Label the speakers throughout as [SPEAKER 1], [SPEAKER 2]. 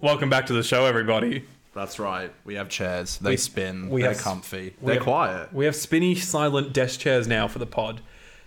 [SPEAKER 1] Welcome back to the show, everybody.
[SPEAKER 2] That's right. We have chairs. They spin.
[SPEAKER 1] we
[SPEAKER 2] They're
[SPEAKER 1] have-
[SPEAKER 2] comfy.
[SPEAKER 1] we
[SPEAKER 2] They're
[SPEAKER 1] have-
[SPEAKER 2] quiet.
[SPEAKER 1] We have spinny, silent desk chairs now for the pod.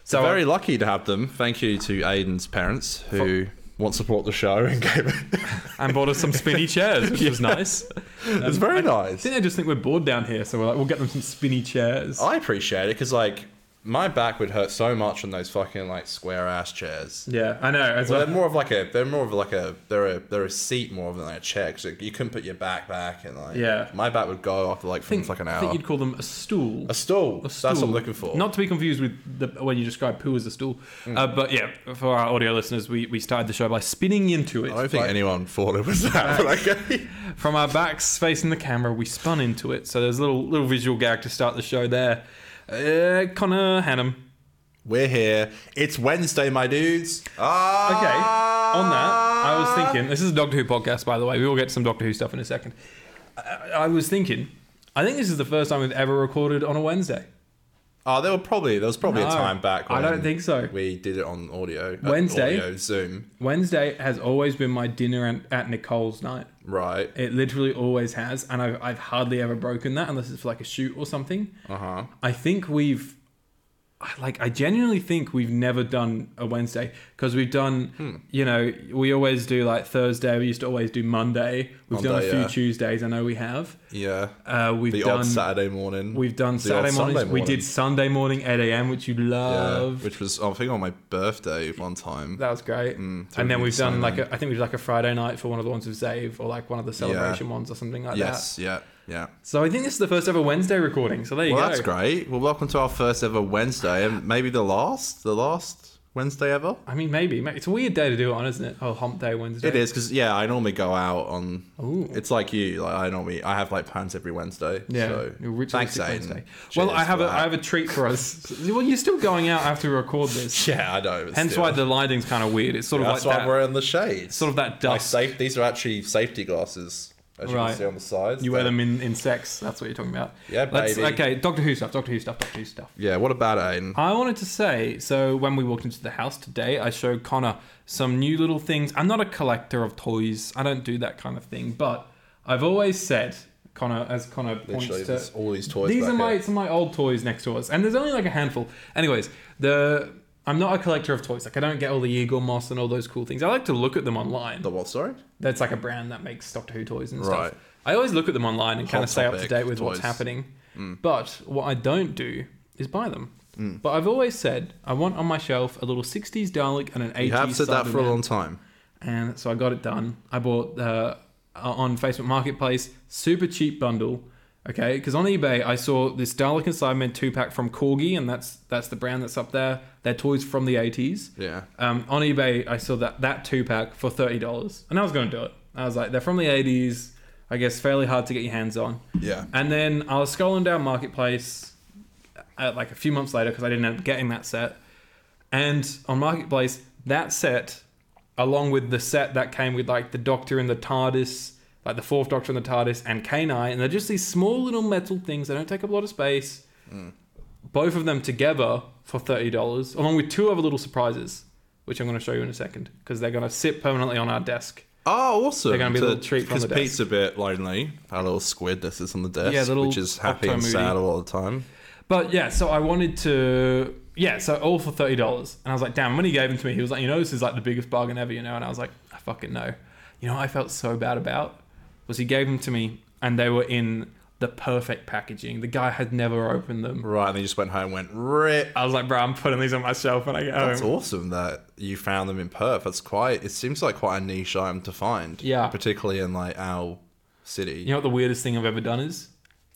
[SPEAKER 1] So
[SPEAKER 2] Very lucky to have them. Thank you to Aiden's parents who won't support the show and gave it.
[SPEAKER 1] and bought us some spinny chairs, which was nice.
[SPEAKER 2] it's very nice.
[SPEAKER 1] Um, I think they just think we're bored down here, so we're like, we'll get them some spinny chairs.
[SPEAKER 2] I appreciate it because like my back would hurt so much on those fucking like square ass chairs.
[SPEAKER 1] yeah, I know. As
[SPEAKER 2] Well,
[SPEAKER 1] well,
[SPEAKER 2] they're more of like a they're more of like a they're a they're a seat more than a chair because you couldn't put your back back and like
[SPEAKER 1] Yeah.
[SPEAKER 2] my back would go after like
[SPEAKER 1] I
[SPEAKER 2] from
[SPEAKER 1] think,
[SPEAKER 2] like an
[SPEAKER 1] I
[SPEAKER 2] hour.
[SPEAKER 1] think you'd call them a stool.
[SPEAKER 2] A stool.
[SPEAKER 1] A
[SPEAKER 2] That's what
[SPEAKER 1] stool.
[SPEAKER 2] I'm looking for. Mm.
[SPEAKER 1] Not to be confused with the, when you describe poo as a stool. Uh, but yeah, for our audio listeners, we, we started the show by spinning into it.
[SPEAKER 2] I don't think
[SPEAKER 1] Like,
[SPEAKER 2] anyone thought it was that. But okay.
[SPEAKER 1] from our backs facing the camera, we spun into it. So there's a little, little visual gag to start the show there. Uh, Connor Hannum.
[SPEAKER 2] We're here. It's Wednesday, my dudes. Ah.
[SPEAKER 1] Okay, on that, I was thinking, this is a Doctor Who podcast, by the way. We will get to some Doctor Who stuff in a second. I, I was thinking, I think this is the first time we've ever recorded on a Wednesday.
[SPEAKER 2] Oh, there were probably there was probably
[SPEAKER 1] No,
[SPEAKER 2] a time back.
[SPEAKER 1] I
[SPEAKER 2] When
[SPEAKER 1] don't think so.
[SPEAKER 2] We did it on audio. uh,
[SPEAKER 1] Wednesday?
[SPEAKER 2] audio, Zoom.
[SPEAKER 1] Wednesday has always been my dinner at, at Nicole's night.
[SPEAKER 2] Right.
[SPEAKER 1] It literally always has, and I've, I've hardly ever broken that unless it's for like a shoot or something.
[SPEAKER 2] Uh huh.
[SPEAKER 1] I think we've, I- like, I genuinely think we've never done a Wednesday because we've done,
[SPEAKER 2] Hmm.
[SPEAKER 1] you know, we always do like Thursday. We used to always do Monday. We've done a
[SPEAKER 2] Monday,
[SPEAKER 1] few
[SPEAKER 2] yeah.
[SPEAKER 1] Tuesdays. I know we have.
[SPEAKER 2] Yeah.
[SPEAKER 1] Uh, we've
[SPEAKER 2] the
[SPEAKER 1] done
[SPEAKER 2] odd Saturday morning.
[SPEAKER 1] we've done
[SPEAKER 2] the
[SPEAKER 1] Saturday
[SPEAKER 2] odd
[SPEAKER 1] mornings.
[SPEAKER 2] Sunday
[SPEAKER 1] We
[SPEAKER 2] morning.
[SPEAKER 1] did Sunday morning 8 a.m., which you
[SPEAKER 2] Yeah,
[SPEAKER 1] love.
[SPEAKER 2] which was I think on my birthday one time.
[SPEAKER 1] that was great.
[SPEAKER 2] so
[SPEAKER 1] and then
[SPEAKER 2] we did
[SPEAKER 1] we've done like
[SPEAKER 2] Sunday.
[SPEAKER 1] a, I think we've like a Friday night for one of the ones with Zave or like one of the celebration ones or something like that.
[SPEAKER 2] yes. Yeah. Yeah.
[SPEAKER 1] So I think this is the first ever Wednesday recording. So there you
[SPEAKER 2] Well,
[SPEAKER 1] go.
[SPEAKER 2] that's great. Well, welcome to our first ever Wednesday, and maybe the last, the last Wednesday ever.
[SPEAKER 1] I mean, maybe Ma- it's a weird day to do it on, isn't it? Oh, Hump Day Wednesday.
[SPEAKER 2] It is because yeah, I normally go out on.
[SPEAKER 1] Ooh.
[SPEAKER 2] It's like you. Like I normally I have like plans every Wednesday.
[SPEAKER 1] Yeah.
[SPEAKER 2] So
[SPEAKER 1] ritualistic
[SPEAKER 2] thanks, Aiden.
[SPEAKER 1] Wednesday. Well,
[SPEAKER 2] Cheers
[SPEAKER 1] I have
[SPEAKER 2] for
[SPEAKER 1] a
[SPEAKER 2] that.
[SPEAKER 1] I have a treat for us. well, you're still going out after we record this.
[SPEAKER 2] Yeah, I know. but
[SPEAKER 1] Hence
[SPEAKER 2] still.
[SPEAKER 1] why the lighting's kind of weird. It's sort of
[SPEAKER 2] That's
[SPEAKER 1] like
[SPEAKER 2] why
[SPEAKER 1] that,
[SPEAKER 2] we're in the shades.
[SPEAKER 1] sort of that
[SPEAKER 2] like
[SPEAKER 1] dust.
[SPEAKER 2] safe. These are actually safety glasses, as you
[SPEAKER 1] Right.
[SPEAKER 2] can see on the sides.
[SPEAKER 1] You wear
[SPEAKER 2] They're-
[SPEAKER 1] them in, in sex. That's what you're talking about.
[SPEAKER 2] Yeah,
[SPEAKER 1] Let's-
[SPEAKER 2] baby.
[SPEAKER 1] Okay, Doctor Who stuff. Doctor Who stuff. Doctor Who stuff.
[SPEAKER 2] Yeah. What about it, Aiden?
[SPEAKER 1] I wanted to say so when we walked into the house today, I showed Connor some new little things. I'm not a collector of toys. I don't do that kind of thing. But I've always said, Connor, as Connor points
[SPEAKER 2] Literally,
[SPEAKER 1] to,
[SPEAKER 2] there's all these toys.
[SPEAKER 1] these
[SPEAKER 2] back
[SPEAKER 1] are my
[SPEAKER 2] here.
[SPEAKER 1] some of my old toys next to us, and there's only like a handful. Anyways, the I'm not a collector of toys. Like I don't get all the Eagle Moss and all those cool things. I like to look at them online.
[SPEAKER 2] The what? Sorry.
[SPEAKER 1] That's like a brand that makes Doctor Who toys and
[SPEAKER 2] Right.
[SPEAKER 1] stuff. I always look at them online and kind of
[SPEAKER 2] Hot
[SPEAKER 1] stay up to
[SPEAKER 2] topic,
[SPEAKER 1] date with what's
[SPEAKER 2] toys. Mm.
[SPEAKER 1] happening. But what I don't do is buy them. But I've always said I want on my shelf a little 60s Dalek and an 80s.
[SPEAKER 2] You have said that for a
[SPEAKER 1] Cyberman.
[SPEAKER 2] long time.
[SPEAKER 1] And so I got it done. I bought uh, on Facebook Marketplace, super cheap bundle. Okay, because on eBay I saw this Dalek and Cybermen two pack from Corgi, and that's that's the brand that's up there. They're toys from the 80s.
[SPEAKER 2] Yeah.
[SPEAKER 1] Um, on eBay, I saw that that two pack for thirty dollars, and I was going to do it. I was like, they're from the '80s, I guess, fairly hard to get your hands on.
[SPEAKER 2] Yeah.
[SPEAKER 1] And then I was scrolling down Marketplace, uh like a few months later, because I didn't end up getting that set. And on Marketplace, that set, along with the set that came with like the Doctor and the TARDIS, like the Fourth Doctor and the TARDIS, and K9, and they're just these small little metal things. They don't take up a lot of space. Both of them together for thirty dollars, along with two other little surprises, which I'm going to show you in a second, because they're going to sit permanently on our desk.
[SPEAKER 2] Oh, awesome!
[SPEAKER 1] They're gonna be a little treat from
[SPEAKER 2] because
[SPEAKER 1] the
[SPEAKER 2] Pete's a bit lonely. Our little squid that sits on the desk,
[SPEAKER 1] Yeah, the little
[SPEAKER 2] which is happy
[SPEAKER 1] Octo
[SPEAKER 2] and
[SPEAKER 1] Moody.
[SPEAKER 2] sad all the time.
[SPEAKER 1] But yeah, so I wanted to yeah, so all for thirty dollars, and I was like, damn. When he gave them to me, he was like, you know, this is like the biggest bargain ever, you know. And I was like, I fucking know. You know, what I felt so bad about was he gave them to me, and they were in the perfect packaging. The guy had never opened them.
[SPEAKER 2] Right, and he just went home, and went rip.
[SPEAKER 1] I was like, bro, I'm putting these on my shelf when I get
[SPEAKER 2] That's
[SPEAKER 1] home.
[SPEAKER 2] awesome that you found them in Perth. That's quite. It seems like quite a niche item to find.
[SPEAKER 1] Yeah.
[SPEAKER 2] particularly in like our city.
[SPEAKER 1] You know what the weirdest thing I've ever done is?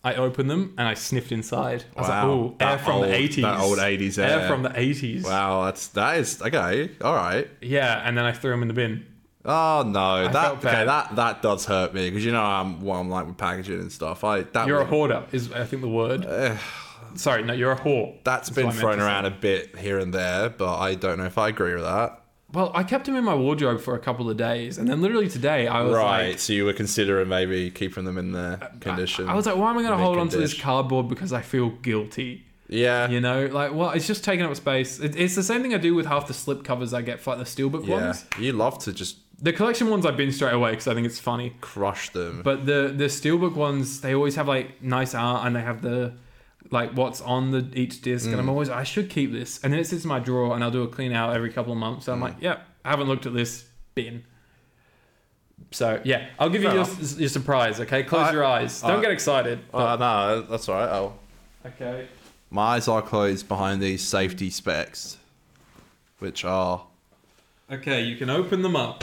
[SPEAKER 1] I opened them and I sniffed inside. I was
[SPEAKER 2] Wow,
[SPEAKER 1] like, oh, air
[SPEAKER 2] that
[SPEAKER 1] from
[SPEAKER 2] old-
[SPEAKER 1] the 80s.
[SPEAKER 2] that old 80s
[SPEAKER 1] air.
[SPEAKER 2] air.
[SPEAKER 1] from the 80s.
[SPEAKER 2] Wow, that's that is okay. All right.
[SPEAKER 1] Yeah, and then I threw them in the bin.
[SPEAKER 2] Oh no, that
[SPEAKER 1] felt
[SPEAKER 2] okay.
[SPEAKER 1] bad.
[SPEAKER 2] That that does hurt me because you know I'm what I'm like with packaging and stuff. I that
[SPEAKER 1] You're a
[SPEAKER 2] would-
[SPEAKER 1] hoarder, is I think the word. Sorry, no, you're a whore.
[SPEAKER 2] that's
[SPEAKER 1] what I
[SPEAKER 2] been
[SPEAKER 1] meant
[SPEAKER 2] thrown
[SPEAKER 1] to say.
[SPEAKER 2] around a bit here and there, but I don't know if I agree with that.
[SPEAKER 1] Well, I kept him in my wardrobe for a couple of days, and then literally today I was
[SPEAKER 2] Right.
[SPEAKER 1] like,
[SPEAKER 2] so you were considering maybe keeping them in their condition.
[SPEAKER 1] I was like, why am I going to
[SPEAKER 2] Mint
[SPEAKER 1] hold on to this
[SPEAKER 2] condition.
[SPEAKER 1] cardboard because I feel guilty?
[SPEAKER 2] yeah.
[SPEAKER 1] You know, like well, it's just taking up space. It, it's the same thing I do with half the slip covers I get for like the steelbook
[SPEAKER 2] yeah.
[SPEAKER 1] ones.
[SPEAKER 2] You love to just
[SPEAKER 1] The collection ones I've been straight away because I think it's funny.
[SPEAKER 2] Crush them.
[SPEAKER 1] But the the steelbook ones, they always have like nice art and they have the like what's on the each disc, and I'm always I should keep this, and then it sits in my drawer, and I'll do a clean out every couple of months. So I'm like, yep, I haven't looked at this bin. So yeah, I'll give
[SPEAKER 2] Fair
[SPEAKER 1] you your, your surprise. Okay, close
[SPEAKER 2] Alright.
[SPEAKER 1] your eyes. Don't
[SPEAKER 2] Alright.
[SPEAKER 1] get excited.
[SPEAKER 2] uh, no, that's all right. I'll-
[SPEAKER 1] Okay.
[SPEAKER 2] My eyes are closed behind these safety specs, which are.
[SPEAKER 1] Okay, you can open them up.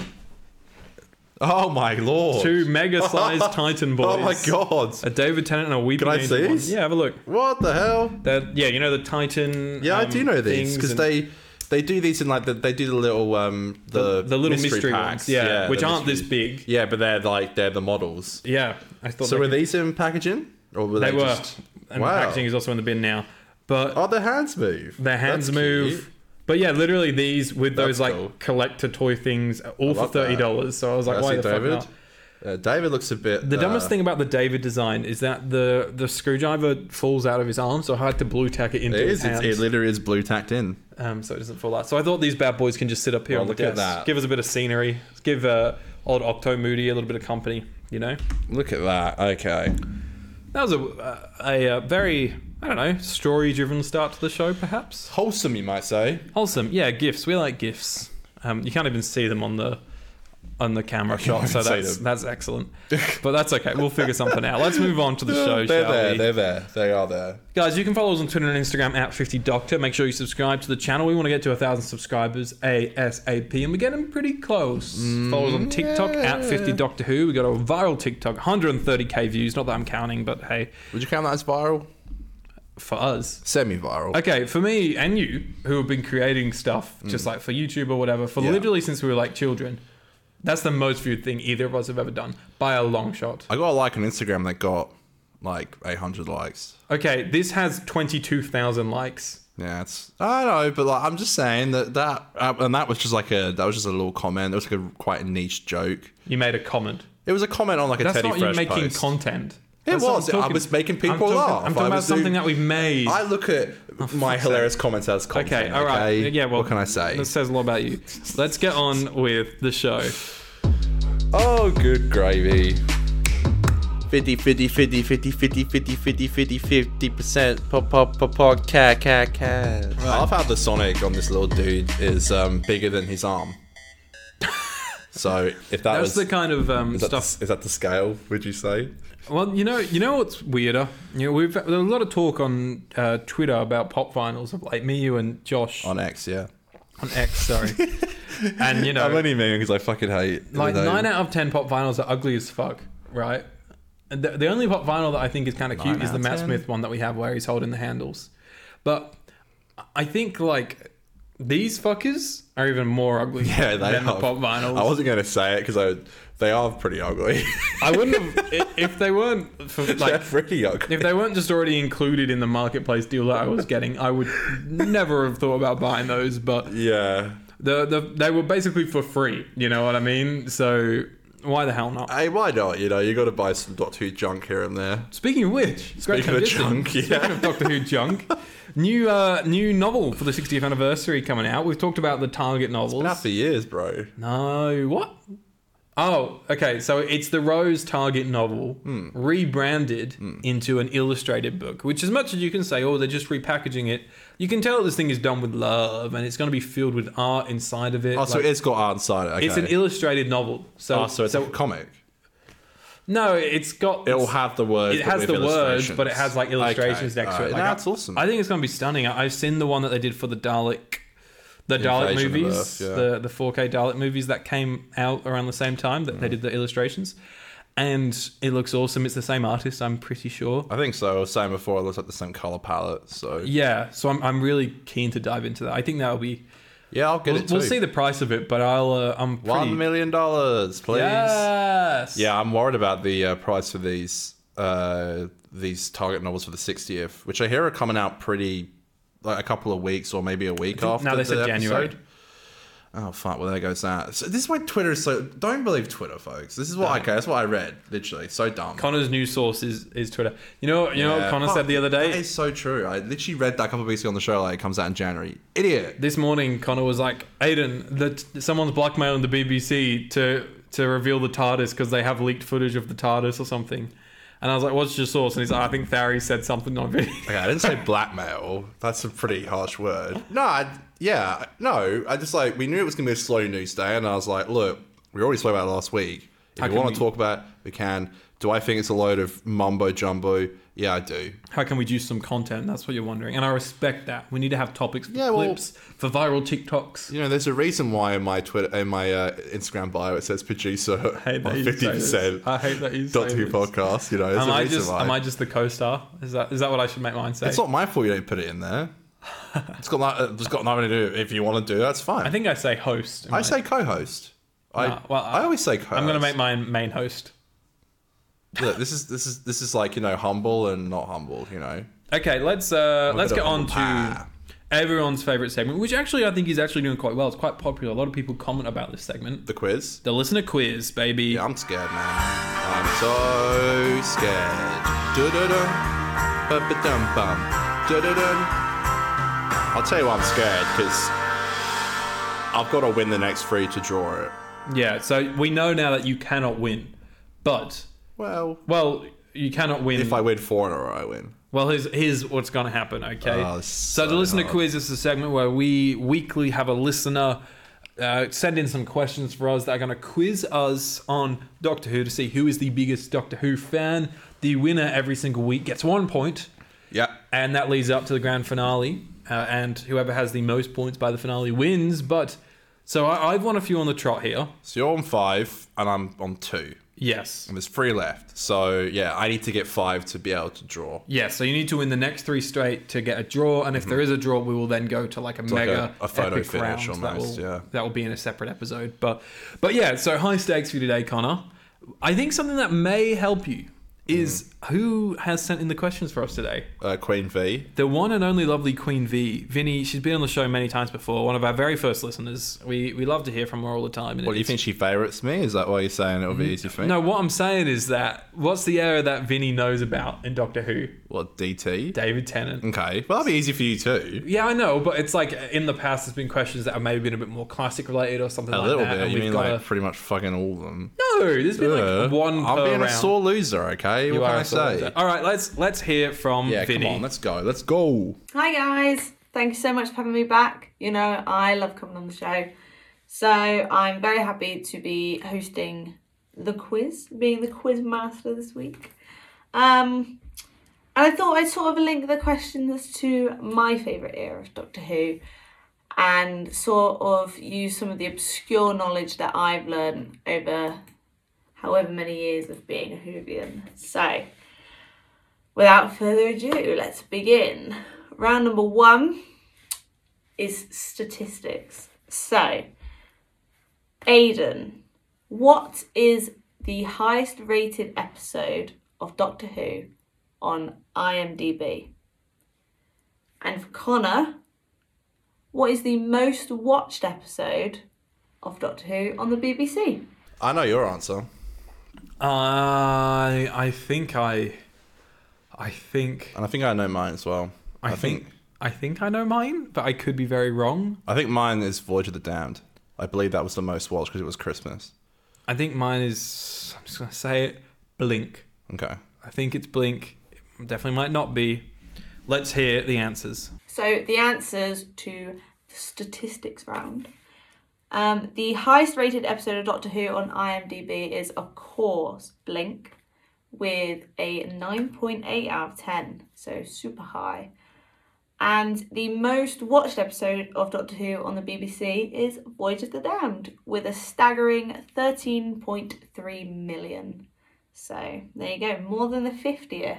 [SPEAKER 2] Oh my lord!
[SPEAKER 1] Two mega-sized Titan boys.
[SPEAKER 2] Oh my god!
[SPEAKER 1] A David Tennant and a weeping.
[SPEAKER 2] Can I
[SPEAKER 1] angel
[SPEAKER 2] see
[SPEAKER 1] one.
[SPEAKER 2] these?
[SPEAKER 1] Yeah, have a look.
[SPEAKER 2] What the hell?
[SPEAKER 1] They're, yeah, you know the Titan.
[SPEAKER 2] Yeah, I
[SPEAKER 1] um,
[SPEAKER 2] do know these
[SPEAKER 1] things
[SPEAKER 2] because
[SPEAKER 1] and-
[SPEAKER 2] they they do these in like the, they do the little um the
[SPEAKER 1] the little mystery,
[SPEAKER 2] packs.
[SPEAKER 1] ones, yeah, which
[SPEAKER 2] the
[SPEAKER 1] aren't
[SPEAKER 2] mystery-
[SPEAKER 1] this big.
[SPEAKER 2] Yeah, but they're like they're the models.
[SPEAKER 1] Yeah, I thought
[SPEAKER 2] So
[SPEAKER 1] they,
[SPEAKER 2] were these in packaging or were they,
[SPEAKER 1] they were.
[SPEAKER 2] just?
[SPEAKER 1] and
[SPEAKER 2] wow.
[SPEAKER 1] the packaging is also in the bin now, but
[SPEAKER 2] Oh, their hands move.
[SPEAKER 1] their hands
[SPEAKER 2] That's
[SPEAKER 1] move.
[SPEAKER 2] cute.
[SPEAKER 1] But yeah, literally these with
[SPEAKER 2] That's
[SPEAKER 1] those like
[SPEAKER 2] cool.
[SPEAKER 1] collector toy things, all for
[SPEAKER 2] love that.
[SPEAKER 1] thirty dollars. So I was like,
[SPEAKER 2] I
[SPEAKER 1] why
[SPEAKER 2] see
[SPEAKER 1] the
[SPEAKER 2] David.
[SPEAKER 1] fuck not?
[SPEAKER 2] Uh, David looks a bit.
[SPEAKER 1] The
[SPEAKER 2] uh,
[SPEAKER 1] dumbest thing about the David design is that the the screwdriver falls out of his arm, so I had to blue tack it into
[SPEAKER 2] It
[SPEAKER 1] his
[SPEAKER 2] is. It's,
[SPEAKER 1] hands,
[SPEAKER 2] it literally is blue tacked in.
[SPEAKER 1] um, so it doesn't fall out. So I thought these bad boys can just sit up here
[SPEAKER 2] Oh,
[SPEAKER 1] on the
[SPEAKER 2] look at
[SPEAKER 1] desk,
[SPEAKER 2] that.
[SPEAKER 1] give us a bit of scenery, give uh, old Octo Moody a little bit of company, you know.
[SPEAKER 2] Look at that. Okay.
[SPEAKER 1] That was a, uh, a, uh very, I don't know, story driven start to the show, perhaps.
[SPEAKER 2] Wholesome, you might say.
[SPEAKER 1] Wholesome. Yeah, gifts. We like gifts. Um, you can't even see them on the on the camera shot,
[SPEAKER 2] can't
[SPEAKER 1] so
[SPEAKER 2] even see
[SPEAKER 1] that's,
[SPEAKER 2] them.
[SPEAKER 1] that's excellent. But that's okay. We'll figure something out. Let's move on to the show,
[SPEAKER 2] they're
[SPEAKER 1] shall
[SPEAKER 2] there.
[SPEAKER 1] we?
[SPEAKER 2] They're there. They are there.
[SPEAKER 1] Guys, you can follow us on Twitter and Instagram at 50Doctor. Make sure you subscribe to the channel. We want to get to 1,000 subscribers ASAP, and we're getting pretty close.
[SPEAKER 2] Mm,
[SPEAKER 1] follow us on TikTok at 50Doctor Who. We got a viral TikTok, 130k views. Not that I'm counting, but hey,
[SPEAKER 2] Would you count that as viral?
[SPEAKER 1] for us,
[SPEAKER 2] Semi-viral.
[SPEAKER 1] Okay, for me and you, who have been creating stuff just like for YouTube or whatever, for
[SPEAKER 2] Mm. Yeah.
[SPEAKER 1] literally since we were like children, that's the most viewed thing either of us have ever done by a long shot.
[SPEAKER 2] I got a like on Instagram that got like 800 likes.
[SPEAKER 1] Okay, this has 22,000 likes.
[SPEAKER 2] Yeah, it's I know, but like I'm just saying that that uh, and that was just like a that was just a little comment. It was like a quite a niche joke.
[SPEAKER 1] You made a comment.
[SPEAKER 2] It was a comment on like a
[SPEAKER 1] That's
[SPEAKER 2] Teddy
[SPEAKER 1] not you
[SPEAKER 2] Fresh
[SPEAKER 1] making
[SPEAKER 2] post.
[SPEAKER 1] content.
[SPEAKER 2] It
[SPEAKER 1] That's not
[SPEAKER 2] was.
[SPEAKER 1] I'm
[SPEAKER 2] I was making people
[SPEAKER 1] I'm talking,
[SPEAKER 2] laugh.
[SPEAKER 1] I'm
[SPEAKER 2] I
[SPEAKER 1] talking about
[SPEAKER 2] was
[SPEAKER 1] something
[SPEAKER 2] doing-
[SPEAKER 1] that we've made.
[SPEAKER 2] I look at
[SPEAKER 1] Oh,
[SPEAKER 2] my hilarious comments as content.
[SPEAKER 1] okay, all right.
[SPEAKER 2] okay?
[SPEAKER 1] Yeah, well,
[SPEAKER 2] what can I say?
[SPEAKER 1] That says a lot about you. Let's get on with the show.
[SPEAKER 2] Oh, good gravy. 50 50 50 50 50 50 50 50 50 percent pop pop pop pop cat cat cat. I love how the Sonic on this little dude is um, bigger than his arm. so if that
[SPEAKER 1] That's
[SPEAKER 2] was
[SPEAKER 1] the kind of um,
[SPEAKER 2] is, that the,
[SPEAKER 1] stuff
[SPEAKER 2] is that the scale? Would you say?
[SPEAKER 1] Well, you know, you know what's weirder? You know, we've there was a lot of talk on uh, Twitter about pop vinyls of like me, you, and Josh on,
[SPEAKER 2] On X, yeah.
[SPEAKER 1] X. Sorry, and you know,
[SPEAKER 2] I'm only mean because I fucking hate
[SPEAKER 1] like
[SPEAKER 2] those.
[SPEAKER 1] nine out of ten pop vinyls are ugly as fuck, right? And the, the only pop vinyl that I think is kind of cute
[SPEAKER 2] Nine
[SPEAKER 1] is the
[SPEAKER 2] out of
[SPEAKER 1] Matt
[SPEAKER 2] 10.
[SPEAKER 1] Smith one that we have where he's holding the handles, but I think like these fuckers are even more ugly
[SPEAKER 2] Yeah, they
[SPEAKER 1] than
[SPEAKER 2] are.
[SPEAKER 1] the pop vinyls.
[SPEAKER 2] I wasn't gonna say it because I they are pretty ugly.
[SPEAKER 1] I wouldn't have i- if they weren't for,
[SPEAKER 2] They're
[SPEAKER 1] like
[SPEAKER 2] pretty ugly.
[SPEAKER 1] If they weren't just already included in the marketplace deal that I was getting, I would never have thought about buying those. But
[SPEAKER 2] Yeah.
[SPEAKER 1] the, the they were basically for free. You know what I mean? So why the hell not?
[SPEAKER 2] Hey, why not? You know, you got to buy some Dot Two junk here and there.
[SPEAKER 1] Speaking of which, it's great
[SPEAKER 2] Speaking of
[SPEAKER 1] transition.
[SPEAKER 2] junk, yeah.
[SPEAKER 1] Speaking of Doctor Who junk, new uh, new novel for the 60th anniversary coming out. We've talked about the Target novels.
[SPEAKER 2] Not for years, bro.
[SPEAKER 1] No, what? Oh, okay. So it's the Rose Target novel
[SPEAKER 2] Hmm.
[SPEAKER 1] rebranded into an illustrated book, which, as much as you can say, oh, they're just repackaging it, you can tell this thing is done with love and it's going to be filled with art inside of it.
[SPEAKER 2] Oh, so
[SPEAKER 1] Like,
[SPEAKER 2] it's got art inside it. Okay.
[SPEAKER 1] it's an illustrated novel. So,
[SPEAKER 2] oh, so it's a comic.
[SPEAKER 1] no, it's got.
[SPEAKER 2] It'll have the words.
[SPEAKER 1] it
[SPEAKER 2] but
[SPEAKER 1] has
[SPEAKER 2] with
[SPEAKER 1] the words,
[SPEAKER 2] illustrations.
[SPEAKER 1] but it has like
[SPEAKER 2] Okay,
[SPEAKER 1] illustrations next to
[SPEAKER 2] alright.
[SPEAKER 1] it. Like,
[SPEAKER 2] No,
[SPEAKER 1] I-
[SPEAKER 2] that's awesome.
[SPEAKER 1] I think it's going to be stunning. I- I've seen the one that they did for the Dalek, the Dalek
[SPEAKER 2] Invasion of
[SPEAKER 1] movies,
[SPEAKER 2] Earth, yeah.
[SPEAKER 1] the the 4K Dalek movies that came out around the same time
[SPEAKER 2] Mm-hmm.
[SPEAKER 1] that they did the illustrations, and it looks awesome. It's the same artist, I'm pretty sure.
[SPEAKER 2] I think so. I was saying before, it looks like the same color palette. So
[SPEAKER 1] Yeah, so I'm I'm really keen to dive into that. I think that'll be.
[SPEAKER 2] yeah, I'll get
[SPEAKER 1] We'll,
[SPEAKER 2] it too.
[SPEAKER 1] we'll see the price of it, but I'll uh, I'm pretty.
[SPEAKER 2] One million dollars, please.
[SPEAKER 1] Yes.
[SPEAKER 2] Yeah, I'm worried about the uh, price for these uh, these target novels for the 60th, which I hear are coming out pretty like a couple of weeks or maybe a week after.
[SPEAKER 1] No, they said
[SPEAKER 2] the
[SPEAKER 1] January.
[SPEAKER 2] episode. Oh fuck! Well, there goes that. So this is why Twitter is so. Don't believe Twitter, folks. This is what.
[SPEAKER 1] Don't.
[SPEAKER 2] Okay, that's what I read. Literally, so dumb.
[SPEAKER 1] Connor's new source is, is Twitter. You know, you know what
[SPEAKER 2] Yeah.
[SPEAKER 1] Connor
[SPEAKER 2] Fuck,
[SPEAKER 1] said the other
[SPEAKER 2] That
[SPEAKER 1] day?
[SPEAKER 2] is so true. I literally read that a couple of weeks ago on the show. Like, it comes out in January. Idiot.
[SPEAKER 1] This morning, Connor was like, Aiden, that someone's blackmailing the BBC to to reveal the TARDIS because they have leaked footage of the TARDIS or something. And I was like, what's your source? And he's like, I think Thary said something on video.
[SPEAKER 2] Okay, I didn't say blackmail. That's a pretty harsh word. No, I, yeah, no. I just like we knew it was gonna be a slow news day, and I was like, look, we already spoke about it last week. If
[SPEAKER 1] How
[SPEAKER 2] you
[SPEAKER 1] can
[SPEAKER 2] want
[SPEAKER 1] we-
[SPEAKER 2] to talk about, it, we can. Do I think it's a load of mumbo jumbo? Yeah, I do.
[SPEAKER 1] How can we do some content? That's what you're wondering. And I respect that. We need to have topics for
[SPEAKER 2] Yeah, well-
[SPEAKER 1] clips, for viral TikToks.
[SPEAKER 2] You know, there's a reason why in my Twitter, in my uh, Instagram bio, it says producer
[SPEAKER 1] I hate that you
[SPEAKER 2] fifty
[SPEAKER 1] say this.
[SPEAKER 2] percent.
[SPEAKER 1] I hate that you say
[SPEAKER 2] Dot two
[SPEAKER 1] this.
[SPEAKER 2] podcast. You know, there's
[SPEAKER 1] Am
[SPEAKER 2] a
[SPEAKER 1] I
[SPEAKER 2] reason
[SPEAKER 1] just
[SPEAKER 2] why.
[SPEAKER 1] am I just the co-star? Is that is that what I should make mine say?
[SPEAKER 2] It's not my fault you don't put it in there. It's got no- it's got nothing to do. If you want to do, that's fine.
[SPEAKER 1] I think I say host. in
[SPEAKER 2] I
[SPEAKER 1] my-
[SPEAKER 2] say co-host. I
[SPEAKER 1] Nah, well,
[SPEAKER 2] I,
[SPEAKER 1] I-
[SPEAKER 2] always say co-host.
[SPEAKER 1] I'm gonna make mine main host.
[SPEAKER 2] Look, this is this is this is like you know humble and not humble. You know.
[SPEAKER 1] Okay, let's uh, let's
[SPEAKER 2] bit
[SPEAKER 1] get
[SPEAKER 2] of
[SPEAKER 1] on
[SPEAKER 2] pie.
[SPEAKER 1] to everyone's favorite segment, which actually I think is actually doing quite well. It's quite popular. A lot of people comment about this segment.
[SPEAKER 2] The quiz.
[SPEAKER 1] The listener quiz, baby.
[SPEAKER 2] Yeah, I'm scared, man. I'm so scared. Dun-dun-dun. Ba-ba-dum-bum. Dun-dun-dun. I'll tell you why I'm scared because I've got to win the next three to draw it.
[SPEAKER 1] Yeah, So we know now that you cannot win, but
[SPEAKER 2] Well,
[SPEAKER 1] well, you cannot win.
[SPEAKER 2] if I win four in a row, I win.
[SPEAKER 1] Well, here's, here's what's going to happen, okay?
[SPEAKER 2] Oh, this is
[SPEAKER 1] so, the
[SPEAKER 2] so
[SPEAKER 1] listener
[SPEAKER 2] hard.
[SPEAKER 1] quiz is the segment where we weekly have a listener uh, send in some questions for us that are going to quiz us on Doctor Who to see who is the biggest Doctor Who fan. The winner every single week gets one point,
[SPEAKER 2] Yeah.
[SPEAKER 1] and that leads up to the grand finale. Uh, and whoever has the most points by the finale wins. But so I, I've won a few on the trot here.
[SPEAKER 2] So you're on five, and I'm on two.
[SPEAKER 1] Yes.
[SPEAKER 2] And there's three left. So yeah, I need to get five to be able to draw.
[SPEAKER 1] Yeah, so you need to win the next three straight to get a draw, and if there is a draw, we will then go to like a
[SPEAKER 2] Mm-hmm. like
[SPEAKER 1] mega
[SPEAKER 2] a- a photo
[SPEAKER 1] epic
[SPEAKER 2] finish
[SPEAKER 1] round.
[SPEAKER 2] almost,
[SPEAKER 1] that will,
[SPEAKER 2] yeah.
[SPEAKER 1] that will be in a separate episode. But but yeah, so high stakes for you today, Connor. I think something that may help you is
[SPEAKER 2] Mm.
[SPEAKER 1] who has sent in the questions for us today.
[SPEAKER 2] Uh, Queen V.
[SPEAKER 1] The one and only lovely Queen V, Vinny. She's been on the show many times before. One of our very first listeners. We we love to hear from her all the time. and
[SPEAKER 2] What do you
[SPEAKER 1] it's-
[SPEAKER 2] think she favourites me? Is that why you're saying it'll be easy for me?
[SPEAKER 1] No, what I'm saying is that what's the era that Vinny knows about in Doctor Who?
[SPEAKER 2] What DT?
[SPEAKER 1] David Tennant.
[SPEAKER 2] Okay. Well, that'll be easy for you too.
[SPEAKER 1] Yeah, I know, but it's like in the past, there's been questions that have maybe been a bit more classic related or something
[SPEAKER 2] A
[SPEAKER 1] like
[SPEAKER 2] little
[SPEAKER 1] that.
[SPEAKER 2] bit.
[SPEAKER 1] and
[SPEAKER 2] You
[SPEAKER 1] we've
[SPEAKER 2] mean
[SPEAKER 1] got
[SPEAKER 2] like pretty much fucking all of them?
[SPEAKER 1] a- no? There's been
[SPEAKER 2] Yeah.
[SPEAKER 1] like one
[SPEAKER 2] I'm
[SPEAKER 1] per
[SPEAKER 2] being
[SPEAKER 1] round.
[SPEAKER 2] a sore loser. Okay.
[SPEAKER 1] You
[SPEAKER 2] what
[SPEAKER 1] are
[SPEAKER 2] can I
[SPEAKER 1] a sore
[SPEAKER 2] say?
[SPEAKER 1] loser. All right, let's let's hear from
[SPEAKER 2] Yeah.
[SPEAKER 1] Vinny.
[SPEAKER 2] Come on. Let's go. Let's go.
[SPEAKER 3] Hi guys, thank you so much for having me back. You know, I love coming on the show. So I'm very happy to be hosting the quiz, being the quiz master this week. Um, and I thought I'd sort of link the questions to my favourite era of Doctor Who and sort of use some of the obscure knowledge that I've learned over however many years of being a Whovian. So, Without further ado, let's begin. Round number one is statistics. So, Aiden, what is the highest rated episode of Doctor Who on IMDb? And for Connor, what is the most watched episode of Doctor Who on the BBC?
[SPEAKER 2] I know your answer.
[SPEAKER 1] I I think I I think
[SPEAKER 2] And I think I know mine as well.
[SPEAKER 1] I, think, I think I know mine, but I could be very wrong.
[SPEAKER 2] I think mine is Voyage of the Damned. I believe that was the most watched because it was Christmas.
[SPEAKER 1] I think mine is. I'm just gonna say it. Blink.
[SPEAKER 2] Okay.
[SPEAKER 1] I think it's Blink. It definitely might not be. Let's hear the answers.
[SPEAKER 3] So the answers to the statistics round. Um, the highest rated episode of Doctor Who on IMDb is, of course, Blink, with a 9.8 out of 10, so super high. And the most watched episode of Doctor Who on the BBC is Voyage of the Damned, with a staggering 13.3 million. So there you go, more than the 50th.